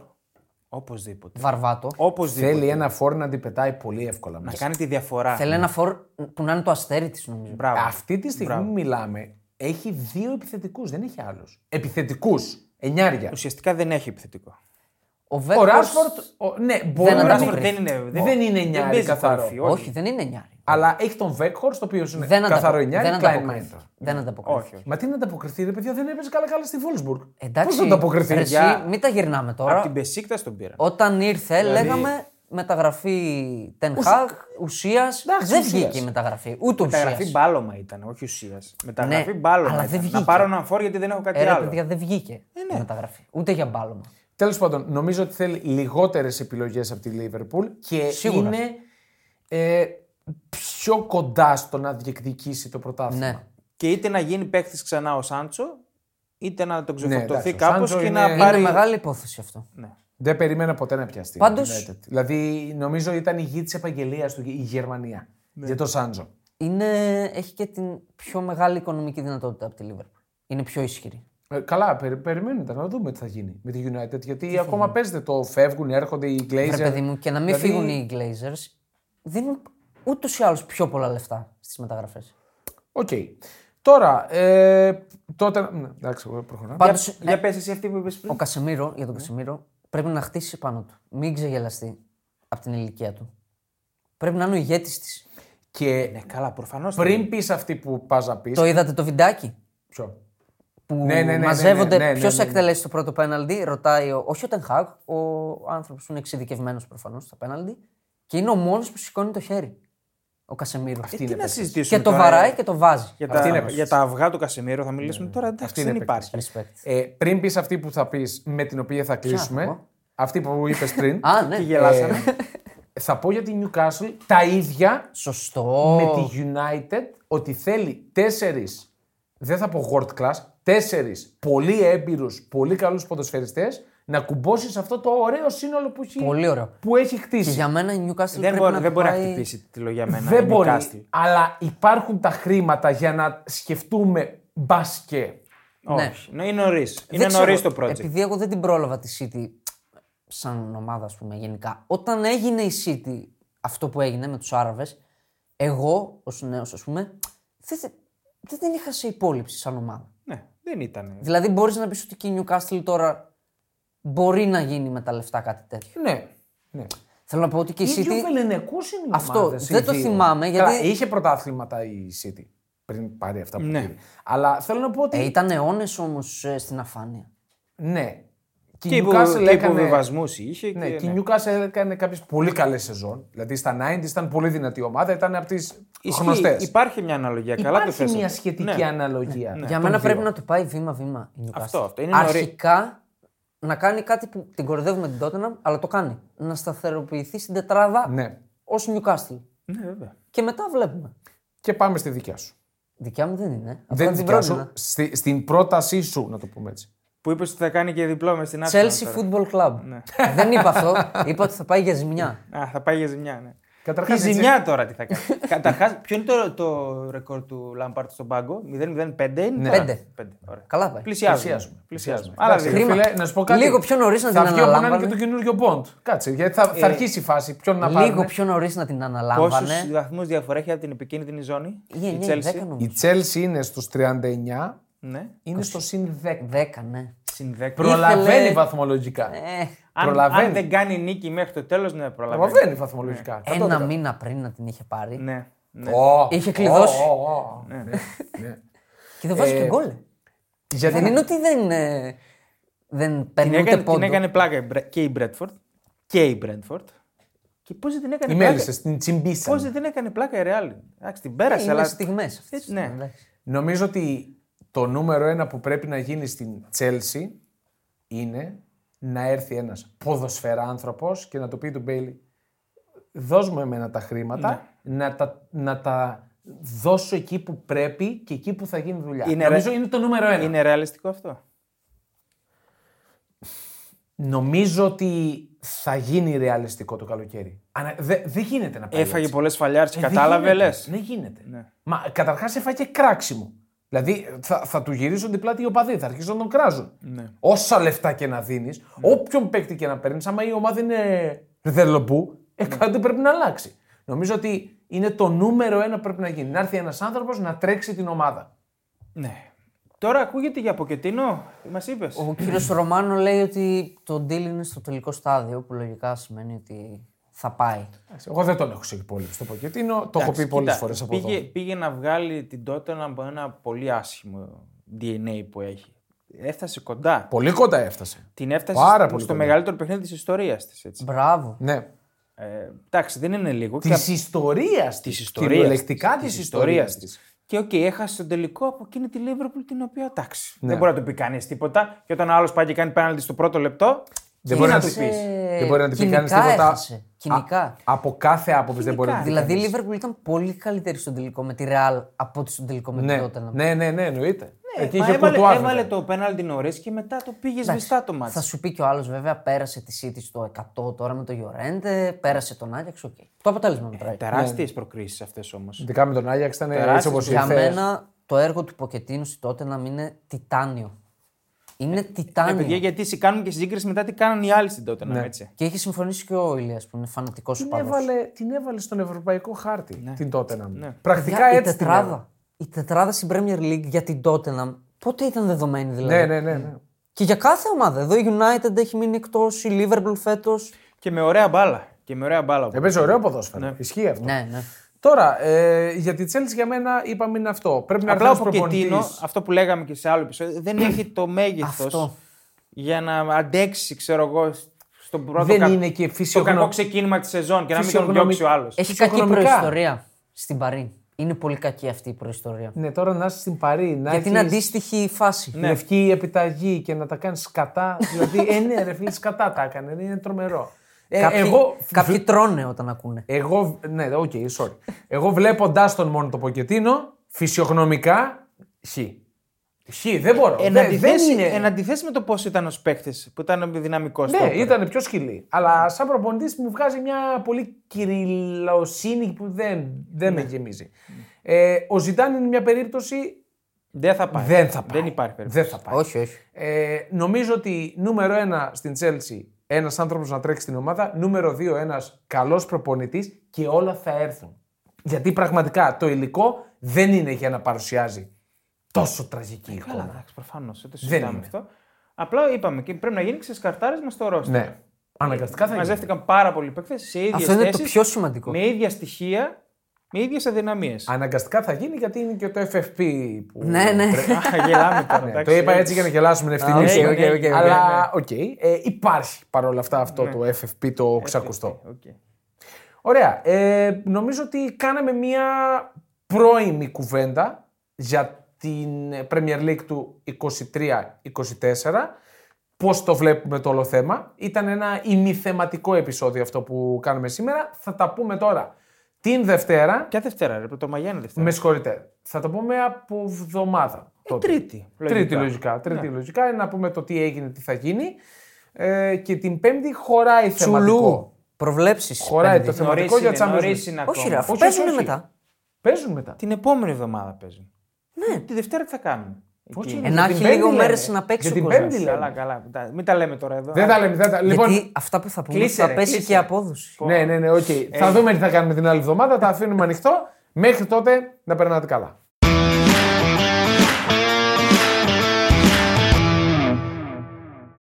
[SPEAKER 1] Οπωσδήποτε.
[SPEAKER 3] Βαρβάτο.
[SPEAKER 1] Οπωσδήποτε.
[SPEAKER 2] Θέλει ένα φόρ να την πετάει πολύ εύκολα
[SPEAKER 1] Να
[SPEAKER 2] μέσα.
[SPEAKER 1] κάνει τη διαφορά.
[SPEAKER 3] Θέλει ένα φορ που να είναι το αστέρι της, νομίζω.
[SPEAKER 1] Μπράβο.
[SPEAKER 2] Αυτή τη στιγμή που μιλάμε έχει δύο επιθετικούς, δεν έχει άλλους. Επιθετικούς. Εννιάρια.
[SPEAKER 1] Ουσιαστικά δεν έχει επιθετικό.
[SPEAKER 3] Ο
[SPEAKER 2] Ο
[SPEAKER 3] Βέρμπορ.
[SPEAKER 2] Ράσφορντ. ο- Ναι, μπορεί
[SPEAKER 3] Δεν
[SPEAKER 2] να
[SPEAKER 3] ανταποκριθεί.
[SPEAKER 2] μην-
[SPEAKER 1] Δεν είναι- δεν-
[SPEAKER 2] δεν είναι
[SPEAKER 1] δεν
[SPEAKER 2] εννιάρι
[SPEAKER 1] παίζει
[SPEAKER 2] καθαρό.
[SPEAKER 1] κορυφή,
[SPEAKER 3] Όχι, δεν είναι νιάρη.
[SPEAKER 2] Αλλά έχει τον Βέκχορ, το οποίος είναι
[SPEAKER 3] Δεν
[SPEAKER 2] Ναι, καθαρό
[SPEAKER 3] ανταποκ-
[SPEAKER 2] εννιάρι.
[SPEAKER 3] δεν
[SPEAKER 2] Klein
[SPEAKER 3] ανταποκρίθηκε.
[SPEAKER 2] Meinder.
[SPEAKER 3] Δεν ανταποκρίθηκε.
[SPEAKER 1] Όχι.
[SPEAKER 2] Μα τι να ανταποκριθεί, ρε παιδιά, δεν έπαιζε καλά καλά στη Βόλσμπουργκ. Πώ
[SPEAKER 3] Εντάξει.
[SPEAKER 2] να ανταποκριθεί,
[SPEAKER 3] ρε,
[SPEAKER 2] για-
[SPEAKER 3] Εσύ, μην τα γυρνάμε
[SPEAKER 1] Από
[SPEAKER 3] τώρα.
[SPEAKER 1] την Πεσίκτα τον πήρα.
[SPEAKER 3] Όταν ήρθε, λέγαμε μεταγραφή Ten Hag, ουσίας.
[SPEAKER 2] Εντάξει,
[SPEAKER 3] Δεν
[SPEAKER 2] ουσίας.
[SPEAKER 3] βγήκε η μεταγραφή. Ούτε
[SPEAKER 1] Μεταγραφή
[SPEAKER 3] ουσίας.
[SPEAKER 1] μπάλωμα ήταν, όχι ουσίας. Μεταγραφή
[SPEAKER 3] Ναι,
[SPEAKER 1] μπάλωμα.
[SPEAKER 3] αλλά δεν
[SPEAKER 1] ήταν.
[SPEAKER 3] βγήκε.
[SPEAKER 1] Να πάρω έναν φόρ γιατί δεν έχω κάτι
[SPEAKER 3] Ρε
[SPEAKER 1] άλλο.
[SPEAKER 3] παιδιά, δεν βγήκε η μεταγραφή. Ούτε για μπάλωμα.
[SPEAKER 2] Τέλος πάντων, νομίζω ότι θέλει λιγότερες επιλογές από τη Λίβερπουλ και
[SPEAKER 3] Ε, Σίγουρα.
[SPEAKER 2] είναι ε, πιο κοντά στο να διεκδικήσει το πρωτάθλημα.
[SPEAKER 3] Ναι.
[SPEAKER 1] Και είτε να γίνει παίχτη ξανά ο Σάντσο, είτε να τον ξεφορτωθεί
[SPEAKER 2] Ναι, εντάξει, ο
[SPEAKER 1] κάπως
[SPEAKER 2] Σάντσο
[SPEAKER 1] κάπω και
[SPEAKER 2] είναι-
[SPEAKER 1] να
[SPEAKER 2] Είναι
[SPEAKER 1] πάρει.
[SPEAKER 3] Είναι μεγάλη υπόθεση αυτό.
[SPEAKER 1] Ναι.
[SPEAKER 2] Δεν περίμενα ποτέ να πιαστεί.
[SPEAKER 3] Πάντως-
[SPEAKER 2] United. Δηλαδή, νομίζω ήταν η γη της επαγγελίας του, η Γερμανία. Για τον Σάντζο.
[SPEAKER 3] Είναι, έχει και την πιο μεγάλη οικονομική δυνατότητα από τη Liverpool. Είναι πιο ισχυρή.
[SPEAKER 2] Ε, καλά, περι, περιμένετε να δούμε τι θα γίνει με τη United. Γιατί ακόμα παίζεται το φεύγουν, έρχονται οι
[SPEAKER 3] Ρε
[SPEAKER 2] Glazer.
[SPEAKER 3] παιδί μου, και να μην
[SPEAKER 2] Δηλαδή-
[SPEAKER 3] φύγουν οι Glazers, δίνουν ούτως ή άλλως πιο πολλά λεφτά στις μεταγραφές.
[SPEAKER 2] Οκ. Τώρα, ε, τότε. ναι, εντάξει, εγώ προχωράω.
[SPEAKER 1] Για,
[SPEAKER 3] Πάντως,
[SPEAKER 1] για πες εσύ αυτή που είπες
[SPEAKER 3] ε- Ο
[SPEAKER 1] πριν.
[SPEAKER 3] Κασεμίρο, για τον Κασεμίρο, πρέπει να χτίσει πάνω του. Μην ξεγελαστεί από την ηλικία του. Πρέπει να είναι ο ηγέτης της.
[SPEAKER 2] Και
[SPEAKER 1] Ναι, καλά, προφανώς.
[SPEAKER 2] πριν πεις αυτή που πας να πεις.
[SPEAKER 3] Το είδατε το βιντεάκι
[SPEAKER 2] Ποιο.
[SPEAKER 3] που
[SPEAKER 2] ναι, ναι, ναι,
[SPEAKER 3] μαζεύονται.
[SPEAKER 2] ναι, ναι, ναι,
[SPEAKER 3] Ποιος
[SPEAKER 2] ναι, ναι.
[SPEAKER 3] εκτελέσει το πρώτο πέναλτι, ρωτάει. Ο, όχι ο Τενχάκ, ο άνθρωπος που είναι εξειδικευμένος προφανώς στα πέναλτι. Και είναι ο μόνος που σηκώνει το χέρι. Ο Κασεμίρο.
[SPEAKER 1] Τι
[SPEAKER 2] είναι
[SPEAKER 1] να
[SPEAKER 2] παίκτης.
[SPEAKER 1] συζητήσουμε
[SPEAKER 3] Και το
[SPEAKER 1] τώρα,
[SPEAKER 3] βαράει
[SPEAKER 1] ε,
[SPEAKER 3] και το βάζει.
[SPEAKER 1] Για
[SPEAKER 2] Αυτή είναι
[SPEAKER 1] τα,
[SPEAKER 2] παίκτης.
[SPEAKER 1] για τα αυγά του Κασεμίρο θα μιλήσουμε τώρα. Εντάξει,
[SPEAKER 2] είναι
[SPEAKER 1] δεν
[SPEAKER 2] παίκτης.
[SPEAKER 1] υπάρχει.
[SPEAKER 3] Respect.
[SPEAKER 2] Ε, πριν πεις αυτή που θα πεις, με την οποία θα κλείσουμε.
[SPEAKER 3] εγώ.
[SPEAKER 2] Αυτή που είπες πριν. ε,
[SPEAKER 3] Α, ναι.
[SPEAKER 1] Και γελάσαμε.
[SPEAKER 2] θα πω για τη Newcastle τα ίδια
[SPEAKER 3] Σωστό.
[SPEAKER 2] με τη United ότι θέλει τέσσερις, δεν θα πω world class, τέσσερις πολύ έμπειρους, πολύ καλούς ποδοσφαιριστές να κουμπώσεις σε αυτό το ωραίο σύνολο που έχει,
[SPEAKER 3] Πολύ ωραίο.
[SPEAKER 2] που έχει χτίσει.
[SPEAKER 3] Και για μένα η Newcastle
[SPEAKER 1] Δεν
[SPEAKER 3] πρέπει
[SPEAKER 1] μπορεί,
[SPEAKER 3] να
[SPEAKER 1] δεν
[SPEAKER 3] το
[SPEAKER 1] μπορεί να
[SPEAKER 3] πάει-
[SPEAKER 1] χτυπήσει τη τίτλο για μένα.
[SPEAKER 2] Δεν
[SPEAKER 1] η
[SPEAKER 2] μπορεί,
[SPEAKER 1] Newcastle.
[SPEAKER 2] αλλά υπάρχουν τα χρήματα για να σκεφτούμε μπασκέ.
[SPEAKER 1] Όχι. Ναι, είναι νωρίς.
[SPEAKER 3] Δεν
[SPEAKER 1] Είναι
[SPEAKER 3] ξέρω,
[SPEAKER 1] νωρίς το project.
[SPEAKER 3] Επειδή εγώ δεν την πρόλαβα τη City σαν ομάδα, ας πούμε, γενικά. Όταν έγινε η City αυτό που έγινε με τους Άραβες, εγώ ως νέος, ας πούμε, δεν, θε- δεν την είχα σε υπόλοιψη σαν ομάδα.
[SPEAKER 1] Ναι, δεν ήταν.
[SPEAKER 3] Δηλαδή μπορείς να πεις ότι και η Newcastle τώρα μπορεί να γίνει με τα λεφτά κάτι τέτοιο.
[SPEAKER 2] Ναι. ναι.
[SPEAKER 3] Θέλω να πω ότι και η
[SPEAKER 2] Οι
[SPEAKER 3] City...
[SPEAKER 2] δύο βεληνικούς είναι οι
[SPEAKER 3] Αυτό,
[SPEAKER 2] ομάδες, οι
[SPEAKER 3] δεν το
[SPEAKER 2] δύο.
[SPEAKER 3] θυμάμαι,
[SPEAKER 2] Καλά,
[SPEAKER 3] γιατί-
[SPEAKER 2] είχε πρωτάθληματα η City πριν πάρει αυτά που
[SPEAKER 1] Ναι.
[SPEAKER 2] πήρε. Αλλά θέλω να πω ότι.
[SPEAKER 3] Ε, ήταν αιώνες όμως ε, στην αφάνεια.
[SPEAKER 2] Ναι. Και,
[SPEAKER 1] Και
[SPEAKER 2] η Newcastle έκανε.
[SPEAKER 1] υποβιβασμούς είχε.
[SPEAKER 2] Ναι,
[SPEAKER 1] και-
[SPEAKER 2] και η
[SPEAKER 1] ναι.
[SPEAKER 2] Newcastle έκανε κάποιες πολύ καλές σεζόν. Δηλαδή στα 90 ήταν πολύ δυνατή ομάδα, ήταν από τις
[SPEAKER 1] Ισχύει,
[SPEAKER 2] γνωστές.
[SPEAKER 1] Υπάρχει μια αναλογία. Καλά το
[SPEAKER 2] Υπάρχει
[SPEAKER 1] θέσατε.
[SPEAKER 2] μια σχετική
[SPEAKER 1] Ναι.
[SPEAKER 2] αναλογία.
[SPEAKER 3] Για
[SPEAKER 2] των
[SPEAKER 3] μένα
[SPEAKER 2] δύο.
[SPEAKER 3] πρέπει να το πάει βήμα-βήμα η Newcastle.
[SPEAKER 1] Αυτό, αυτό. Είναι νωρί.
[SPEAKER 3] Αρχικά να κάνει κάτι που την κορυδεύουμε την Tottenham, αλλά το κάνει. Να σταθεροποιηθεί στην τετράδα
[SPEAKER 2] Ναι.
[SPEAKER 3] ως Newcastle.
[SPEAKER 1] Ναι, βέβαια.
[SPEAKER 3] Και μετά βλέπουμε.
[SPEAKER 2] Και πάμε στη δικιά σου.
[SPEAKER 3] Δικιά μου δεν είναι. Απλά
[SPEAKER 2] Δεν
[SPEAKER 3] την
[SPEAKER 2] δικιά σου.
[SPEAKER 3] πρότεινα.
[SPEAKER 2] Στη- στην πρότασή σου, να το πούμε έτσι.
[SPEAKER 1] Που είπες ότι θα κάνει και διπλό μες στην Arsenal
[SPEAKER 3] Chelsea
[SPEAKER 1] τώρα. Ναι.
[SPEAKER 3] Football Club. δεν είπα αυτό. είπα ότι θα πάει για ζημιά.
[SPEAKER 1] Α, θα πάει για ζημιά, ναι.
[SPEAKER 2] Καταρχάς,
[SPEAKER 1] Τι
[SPEAKER 2] έτσι-
[SPEAKER 1] ζημιά τώρα τι θα κάνει. Καταρχάς, ποιο είναι το, το ρεκόρ του Λαμπάρτ στον πάγκο, 0-0-5
[SPEAKER 2] Ναι.
[SPEAKER 1] είναι. τώρα?
[SPEAKER 3] Πέντε.
[SPEAKER 1] Πέντε, ωραία.
[SPEAKER 3] Καλά πάει.
[SPEAKER 1] Πλησιάζουμε.
[SPEAKER 2] Πλησιάζουμε.
[SPEAKER 1] Πλησιάζουμε. Άρα
[SPEAKER 2] Εντάξει,
[SPEAKER 1] δηλαδή,
[SPEAKER 3] Κρίμα.
[SPEAKER 2] φίλε, να σου πω κάτι.
[SPEAKER 3] Λίγο πιο νωρίς να την
[SPEAKER 2] Θα βγει όπου να είναι και
[SPEAKER 3] αναλάμβανε.
[SPEAKER 2] το καινούριο Bond. Κάτσε, γιατί θα, θα αρχίσει η φάση. Ποιον να πάρει.
[SPEAKER 3] Λίγο πιο νωρίς να την
[SPEAKER 1] πόσου
[SPEAKER 2] ναι.
[SPEAKER 3] αναλάμβανε.
[SPEAKER 1] βαθμούς διαφορά έχει από την επικίνδυνη ζώνη,
[SPEAKER 3] Είναι
[SPEAKER 1] η
[SPEAKER 3] 9
[SPEAKER 1] Chelsea.
[SPEAKER 3] 10 νομίζω.
[SPEAKER 2] Η Chelsea είναι στους 39,
[SPEAKER 1] Ναι,
[SPEAKER 2] είναι στο συν 10.
[SPEAKER 3] 10, ναι.
[SPEAKER 1] συν 10.
[SPEAKER 2] Προλαβαίνει βαθμολογικά.
[SPEAKER 3] Ε,
[SPEAKER 1] Αν,
[SPEAKER 2] προλαβαίνει.
[SPEAKER 1] αν δεν κάνει νίκη μέχρι το τέλος, ναι, προλαβαίνει.
[SPEAKER 2] Προλαβαίνει βαθμολογικά.
[SPEAKER 3] ένα μήνα πριν να την είχε πάρει.
[SPEAKER 1] Ναι. ναι.
[SPEAKER 2] Ω,
[SPEAKER 3] Είχε
[SPEAKER 2] ω,
[SPEAKER 3] κλειδώσει.
[SPEAKER 2] ω, ω, ω. Ναι, ναι.
[SPEAKER 3] Και δεν βάζει και γκολ. ε.
[SPEAKER 2] Γιατί
[SPEAKER 3] Δεν είναι ότι δεν, ε, δεν
[SPEAKER 1] Την
[SPEAKER 3] παίρνει ούτε
[SPEAKER 1] έκανε, την
[SPEAKER 3] πόντο.
[SPEAKER 1] έκανε πλάκα η Μπρε- και η Μπρέτφορντ. Και η Μπρέτφορντ. Και πώς δεν την έκανε
[SPEAKER 2] οι
[SPEAKER 1] πλάκα.
[SPEAKER 2] μέλισσε την τσιμπήσαν.
[SPEAKER 1] Πώς δεν την έκανε πλάκα η Ρεάλ. Εντάξει, την
[SPEAKER 3] Ε,
[SPEAKER 1] πέρασε,
[SPEAKER 3] Είναι
[SPEAKER 1] αλλά.
[SPEAKER 3] στιγμές αυτές.
[SPEAKER 1] Έτσι, ναι.
[SPEAKER 3] Εντάξει.
[SPEAKER 2] Νομίζω ότι το νούμερο ένα που πρέπει να γίνει στην Τσέλσι είναι να έρθει ένας ποδοσφαιρά άνθρωπος και να το πει του Μπέιλι δώσ' μου εμένα τα χρήματα
[SPEAKER 1] Ναι.
[SPEAKER 2] να, τα, να τα δώσω εκεί που πρέπει και εκεί που θα γίνει δουλειά.
[SPEAKER 1] Είναι
[SPEAKER 2] Νομίζω
[SPEAKER 1] ρε-
[SPEAKER 2] είναι το νούμερο ένα.
[SPEAKER 1] Είναι ρεαλιστικό αυτό.
[SPEAKER 2] Νομίζω ότι θα γίνει ρεαλιστικό το καλοκαίρι. Ανα- δε- Δεν γίνεται να πάει
[SPEAKER 1] Έφαγε
[SPEAKER 2] έτσι.
[SPEAKER 1] πολλές φαλιάρες,
[SPEAKER 2] Ε,
[SPEAKER 1] κατάλαβε
[SPEAKER 2] δεν
[SPEAKER 1] λε.
[SPEAKER 2] γίνεται. Δεν γίνεται.
[SPEAKER 1] Ναι.
[SPEAKER 2] Μα καταρχάς έφαγε κράξιμο. Δηλαδή θα, θα του γυρίσουν την πλάτη οι οπαδοί, θα αρχίσουν να τον κράζουν.
[SPEAKER 1] Ναι.
[SPEAKER 2] Όσα λεφτά και να δίνεις, όποιον παίκτη και να παίρνεις, άμα η ομάδα είναι δελοπού, ε,
[SPEAKER 1] Ναι.
[SPEAKER 2] κάτι πρέπει να αλλάξει. Νομίζω ότι είναι το νούμερο ένα που πρέπει να γίνει. Να έρθει ένας άνθρωπος να τρέξει την ομάδα.
[SPEAKER 1] ναι. Τώρα ακούγεται για Ποκετίνο, μας είπες.
[SPEAKER 3] Ο κύριος Ρωμάνο λέει ότι το deal είναι στο τελικό στάδιο, που λογικά σημαίνει ότι θα πάει.
[SPEAKER 2] Εντάξει, Εγώ δεν τον έχω σε υπόλοιψη το Ποκετίνο, το έχω πει πολλές φορές από
[SPEAKER 1] πήγε,
[SPEAKER 2] εδώ.
[SPEAKER 1] πήγε να βγάλει την Tottenham από ένα πολύ άσχημο DNA που έχει. Έφτασε κοντά.
[SPEAKER 2] Πολύ κοντά έφτασε.
[SPEAKER 1] Την έφτασε
[SPEAKER 2] Πάρα
[SPEAKER 1] στο-
[SPEAKER 2] πολύ
[SPEAKER 1] στο
[SPEAKER 2] κοντά.
[SPEAKER 1] μεγαλύτερο παιχνίδι της ιστορίας της.
[SPEAKER 3] Μπράβο.
[SPEAKER 2] Ναι.
[SPEAKER 1] Ε, εντάξει, δεν είναι λίγο. Και
[SPEAKER 2] Τη ιστορίας της.
[SPEAKER 1] της ιστορίας
[SPEAKER 2] Κυριολεκτικά
[SPEAKER 1] της,
[SPEAKER 2] της
[SPEAKER 1] της
[SPEAKER 2] ιστορίας
[SPEAKER 1] ιστορίας
[SPEAKER 2] της.
[SPEAKER 1] της. Και οκ, έχασε τον τελικό από εκείνη τη Λίβερπουλ την οποία εντάξει.
[SPEAKER 2] Ναι.
[SPEAKER 1] Δεν μπορεί να του πει κανείς τίποτα. Και όταν ο άλλος πάει και κάνει πέναλτι στο πρώτο λεπτό.
[SPEAKER 2] Δεν
[SPEAKER 1] τι
[SPEAKER 2] μπορεί
[SPEAKER 1] να
[SPEAKER 2] να
[SPEAKER 1] του
[SPEAKER 2] τη
[SPEAKER 1] πει.
[SPEAKER 2] πει. Δεν μπορεί να τη πει
[SPEAKER 3] Κοινικά
[SPEAKER 2] κανείς τίποτα.
[SPEAKER 3] έχασε. Κοινικά.
[SPEAKER 2] Α- από κάθε άποψη δεν μπορεί να τη πει.
[SPEAKER 3] Δηλαδή η Liverpool ήταν πολύ καλύτερη στον τελικό με τη Real από ότι στον τελικό με την
[SPEAKER 2] Ναι,
[SPEAKER 3] Tottenham.
[SPEAKER 2] ναι, ναι, ναι, εννοείται. Εκεί
[SPEAKER 1] Ε, Μα
[SPEAKER 2] είχε
[SPEAKER 1] έβαλε,
[SPEAKER 2] κουρτουά.
[SPEAKER 1] έβαλε το πέναλτι νωρίς και μετά το πήγε σβηστά το μάτι.
[SPEAKER 3] Θα σου πει και ο άλλος, βέβαια, πέρασε τη City στο 100 τώρα με το Γιορέντε, πέρασε τον Άγιαξ. οκ. Το
[SPEAKER 1] Ε,
[SPEAKER 3] αποτέλεσμα μετράει.
[SPEAKER 1] Τεράστιες προκρίσεις αυτές όμως.
[SPEAKER 2] Ειδικά με τον Άγιαξ ήταν έτσι
[SPEAKER 1] Τεράστιος
[SPEAKER 2] όπω
[SPEAKER 3] Για
[SPEAKER 2] ήρθε.
[SPEAKER 3] μένα το έργο του Ποκετίνου στη Tottenham είναι τιτάνιο. Είναι τιτάνιο.
[SPEAKER 1] Ε, Παιδιά, γιατί εσύ κάνουμε και σύγκριση μετά τι κάνανε οι άλλοι στην τότε. Έτσι.
[SPEAKER 3] Και έχει συμφωνήσει και ο Ηλίας που είναι φανατικός
[SPEAKER 2] Την
[SPEAKER 3] οπαδός.
[SPEAKER 2] έβαλε, την έβαλε στον ευρωπαϊκό χάρτη την τότε να
[SPEAKER 1] Ναι.
[SPEAKER 2] Πρακτικά
[SPEAKER 3] Παιδιά, η
[SPEAKER 2] έτσι. την
[SPEAKER 3] τετράδα.
[SPEAKER 2] έβαλε.
[SPEAKER 3] η τετράδα στην Premier League για την Tottenham πότε ήταν δεδομένη δηλαδή.
[SPEAKER 2] Ναι, ναι, ναι. ναι.
[SPEAKER 3] Και για κάθε ομάδα. Εδώ η United έχει μείνει εκτός, η Liverpool φέτος.
[SPEAKER 1] Και με ωραία μπάλα. Και με ωραία μπάλα.
[SPEAKER 2] Έπαιζε Ε, ωραίο ποδόσφαιρο. Ισχύει αυτό.
[SPEAKER 3] Ναι, ναι.
[SPEAKER 2] Τώρα, ε, για τη Chelsea για μένα είπαμε είναι αυτό. Πρέπει να
[SPEAKER 1] Απλά ο
[SPEAKER 2] αλλάξει
[SPEAKER 1] Ποκετίνο,
[SPEAKER 2] προπονητής.
[SPEAKER 1] αυτό που λέγαμε και σε άλλο επεισόδιο, δεν έχει το μέγεθος
[SPEAKER 3] Αυτό.
[SPEAKER 1] για να αντέξει, ξέρω εγώ, στον πρώτο
[SPEAKER 2] Δεν
[SPEAKER 1] κα-
[SPEAKER 2] είναι και
[SPEAKER 1] στο κακό
[SPEAKER 2] φυσιογνωμικό.
[SPEAKER 1] ξεκίνημα της σεζόν και να μην τον
[SPEAKER 2] Φυσιογνωμικ-
[SPEAKER 1] διώξει ο άλλος.
[SPEAKER 3] Έχει κακή
[SPEAKER 2] Φυσιογνωμικά.
[SPEAKER 3] προϊστορία στην Παρή. Είναι πολύ κακή αυτή η προϊστορία.
[SPEAKER 2] Ναι, τώρα να είσαι στην Παρή, να
[SPEAKER 3] Γιατί είναι
[SPEAKER 2] έχεις
[SPEAKER 3] αντίστοιχη η φάση.
[SPEAKER 2] λευκή επιταγή και να τα κάνεις κατά. δηλαδή, ε, ναι, ρε φίλε, κατά τα έκανε. Είναι τρομερό. Ε,
[SPEAKER 3] Κάποιοι,
[SPEAKER 2] εγώ,
[SPEAKER 3] κάποιοι τρώνε όταν ακούνε.
[SPEAKER 2] εγώ, ναι, οκ, sorry. Εγώ βλέποντάς τον μόνο το Ποκετίνο, φυσιογνωμικά, χ. Χ, δεν μπορώ.
[SPEAKER 1] Εν,
[SPEAKER 2] Ε, δεν, δεν
[SPEAKER 1] αντιθέσει,
[SPEAKER 2] είναι.
[SPEAKER 1] εν αντιθέσει με το πώς ήταν ο παίκτης που ήταν δυναμικός.
[SPEAKER 2] Ναι, ήταν πιο σκυλή. Αλλά σαν προπονητής μου βγάζει μια πολύ κυριλοσύνη που δεν, δεν με γεμίζει. Ε, ο Ζητάν είναι μια περίπτωση.
[SPEAKER 1] Δεν θα πάει.
[SPEAKER 2] Δεν θα πάει.
[SPEAKER 1] Δεν υπάρχει περίπτωση.
[SPEAKER 2] Δεν θα πάει.
[SPEAKER 3] Όχι, όχι.
[SPEAKER 2] Ε, νομίζω ότι νούμερο ένα στην Τσέλσι ένας άνθρωπος να τρέξει την ομάδα. Νούμερο δύο ένας καλός προπονητής και όλα θα έρθουν. Γιατί πραγματικά το υλικό δεν είναι για να παρουσιάζει τόσο τραγική
[SPEAKER 1] Ε, Καλά,
[SPEAKER 2] εικόνα.
[SPEAKER 1] εντάξει, προφανώς. Δεν το συζητάμε
[SPEAKER 2] είναι.
[SPEAKER 1] αυτό. Απλά είπαμε και πρέπει να γίνει ξεσκαρτάρισμα στο Ρώστα.
[SPEAKER 2] Ναι. Αναγκαστικά θα γίνει.
[SPEAKER 1] Μαζεύτηκαν πάρα πολλοί παίκτες σε ίδιε
[SPEAKER 3] Αυτό είναι το
[SPEAKER 1] θέσεις.
[SPEAKER 3] πιο σημαντικό.
[SPEAKER 1] Με ίδια στοιχεία, με ίδιες αδυναμίες.
[SPEAKER 2] Αναγκαστικά θα γίνει γιατί είναι και το FFP που.
[SPEAKER 3] Ναι, ναι.
[SPEAKER 1] Γελάμε τώρα.
[SPEAKER 2] Ναι,
[SPEAKER 1] εντάξει.
[SPEAKER 2] το είπα έτσι για να γελάσουμε, να
[SPEAKER 3] Α,
[SPEAKER 2] ευθυνήσω.
[SPEAKER 1] οκ, οκ, οκ, ναι, οκ,
[SPEAKER 2] Αλλά οκ, ε, υπάρχει παρόλα αυτά αυτό το FFP το ξακουστό.
[SPEAKER 1] Οκ.
[SPEAKER 2] Ωραία. Ε, νομίζω ότι κάναμε μια πρώιμη κουβέντα για την Premier League του 23-24. Πώς το βλέπουμε το όλο θέμα. Ήταν ένα ημιθεματικό επεισόδιο αυτό που κάνουμε σήμερα. Θα τα πούμε τώρα την Δευτέρα.
[SPEAKER 1] Ποια Δευτέρα, ρε, Πρωτομαγιά είναι Δευτέρα.
[SPEAKER 2] Με συγχωρείτε. Θα το πούμε από εβδομάδα. τότε.
[SPEAKER 1] Ε, Τρίτη. Ναι.
[SPEAKER 2] Τρίτη λογικά. Τρίτη λογικά είναι να πούμε το τι έγινε, τι θα γίνει. Ε, και την Πέμπτη χωράει θεματικό.
[SPEAKER 3] Τσουλού. Προβλέψεις.
[SPEAKER 2] Χωράει το
[SPEAKER 1] Νωρίς
[SPEAKER 2] θεματικό για
[SPEAKER 1] είναι,
[SPEAKER 2] Champions League.
[SPEAKER 1] νωρίς είναι ακόμα.
[SPEAKER 3] Όχι, ρε, αφού
[SPEAKER 2] Όχι,
[SPEAKER 3] παίζουν
[SPEAKER 2] όχι, όχι.
[SPEAKER 3] μετά.
[SPEAKER 2] Παίζουν μετά.
[SPEAKER 1] Την επόμενη εβδομάδα παίζουν. Ναι. Τη Δευτέρα τι θα κάνουμε.
[SPEAKER 2] Όχι,
[SPEAKER 1] Εκεί.
[SPEAKER 2] ρε.
[SPEAKER 3] Ε, να
[SPEAKER 2] την
[SPEAKER 3] έχει
[SPEAKER 2] Πέμπτη
[SPEAKER 3] λίγο
[SPEAKER 2] λέμε.
[SPEAKER 3] μέρε να παίξει
[SPEAKER 2] Για
[SPEAKER 3] ο
[SPEAKER 2] την
[SPEAKER 3] κόσμος.
[SPEAKER 2] Πέμπτη λέμε.
[SPEAKER 1] Καλά, καλά. τα- Μην τα λέμε τώρα εδώ.
[SPEAKER 2] Δεν τα λέμε. Δεν τα... Λοιπόν,
[SPEAKER 3] Γιατί αυτά που θα πούμε
[SPEAKER 1] κλείσε,
[SPEAKER 3] θα
[SPEAKER 1] ρε,
[SPEAKER 3] πέσει
[SPEAKER 1] κλείσε.
[SPEAKER 3] και η απόδοση.
[SPEAKER 2] Ε. ναι, ναι, ναι, οκ. Θα δούμε τι θα κάνουμε την άλλη εβδομάδα. Τα αφήνουμε ανοιχτό. Μέχρι τότε να περνάτε καλά.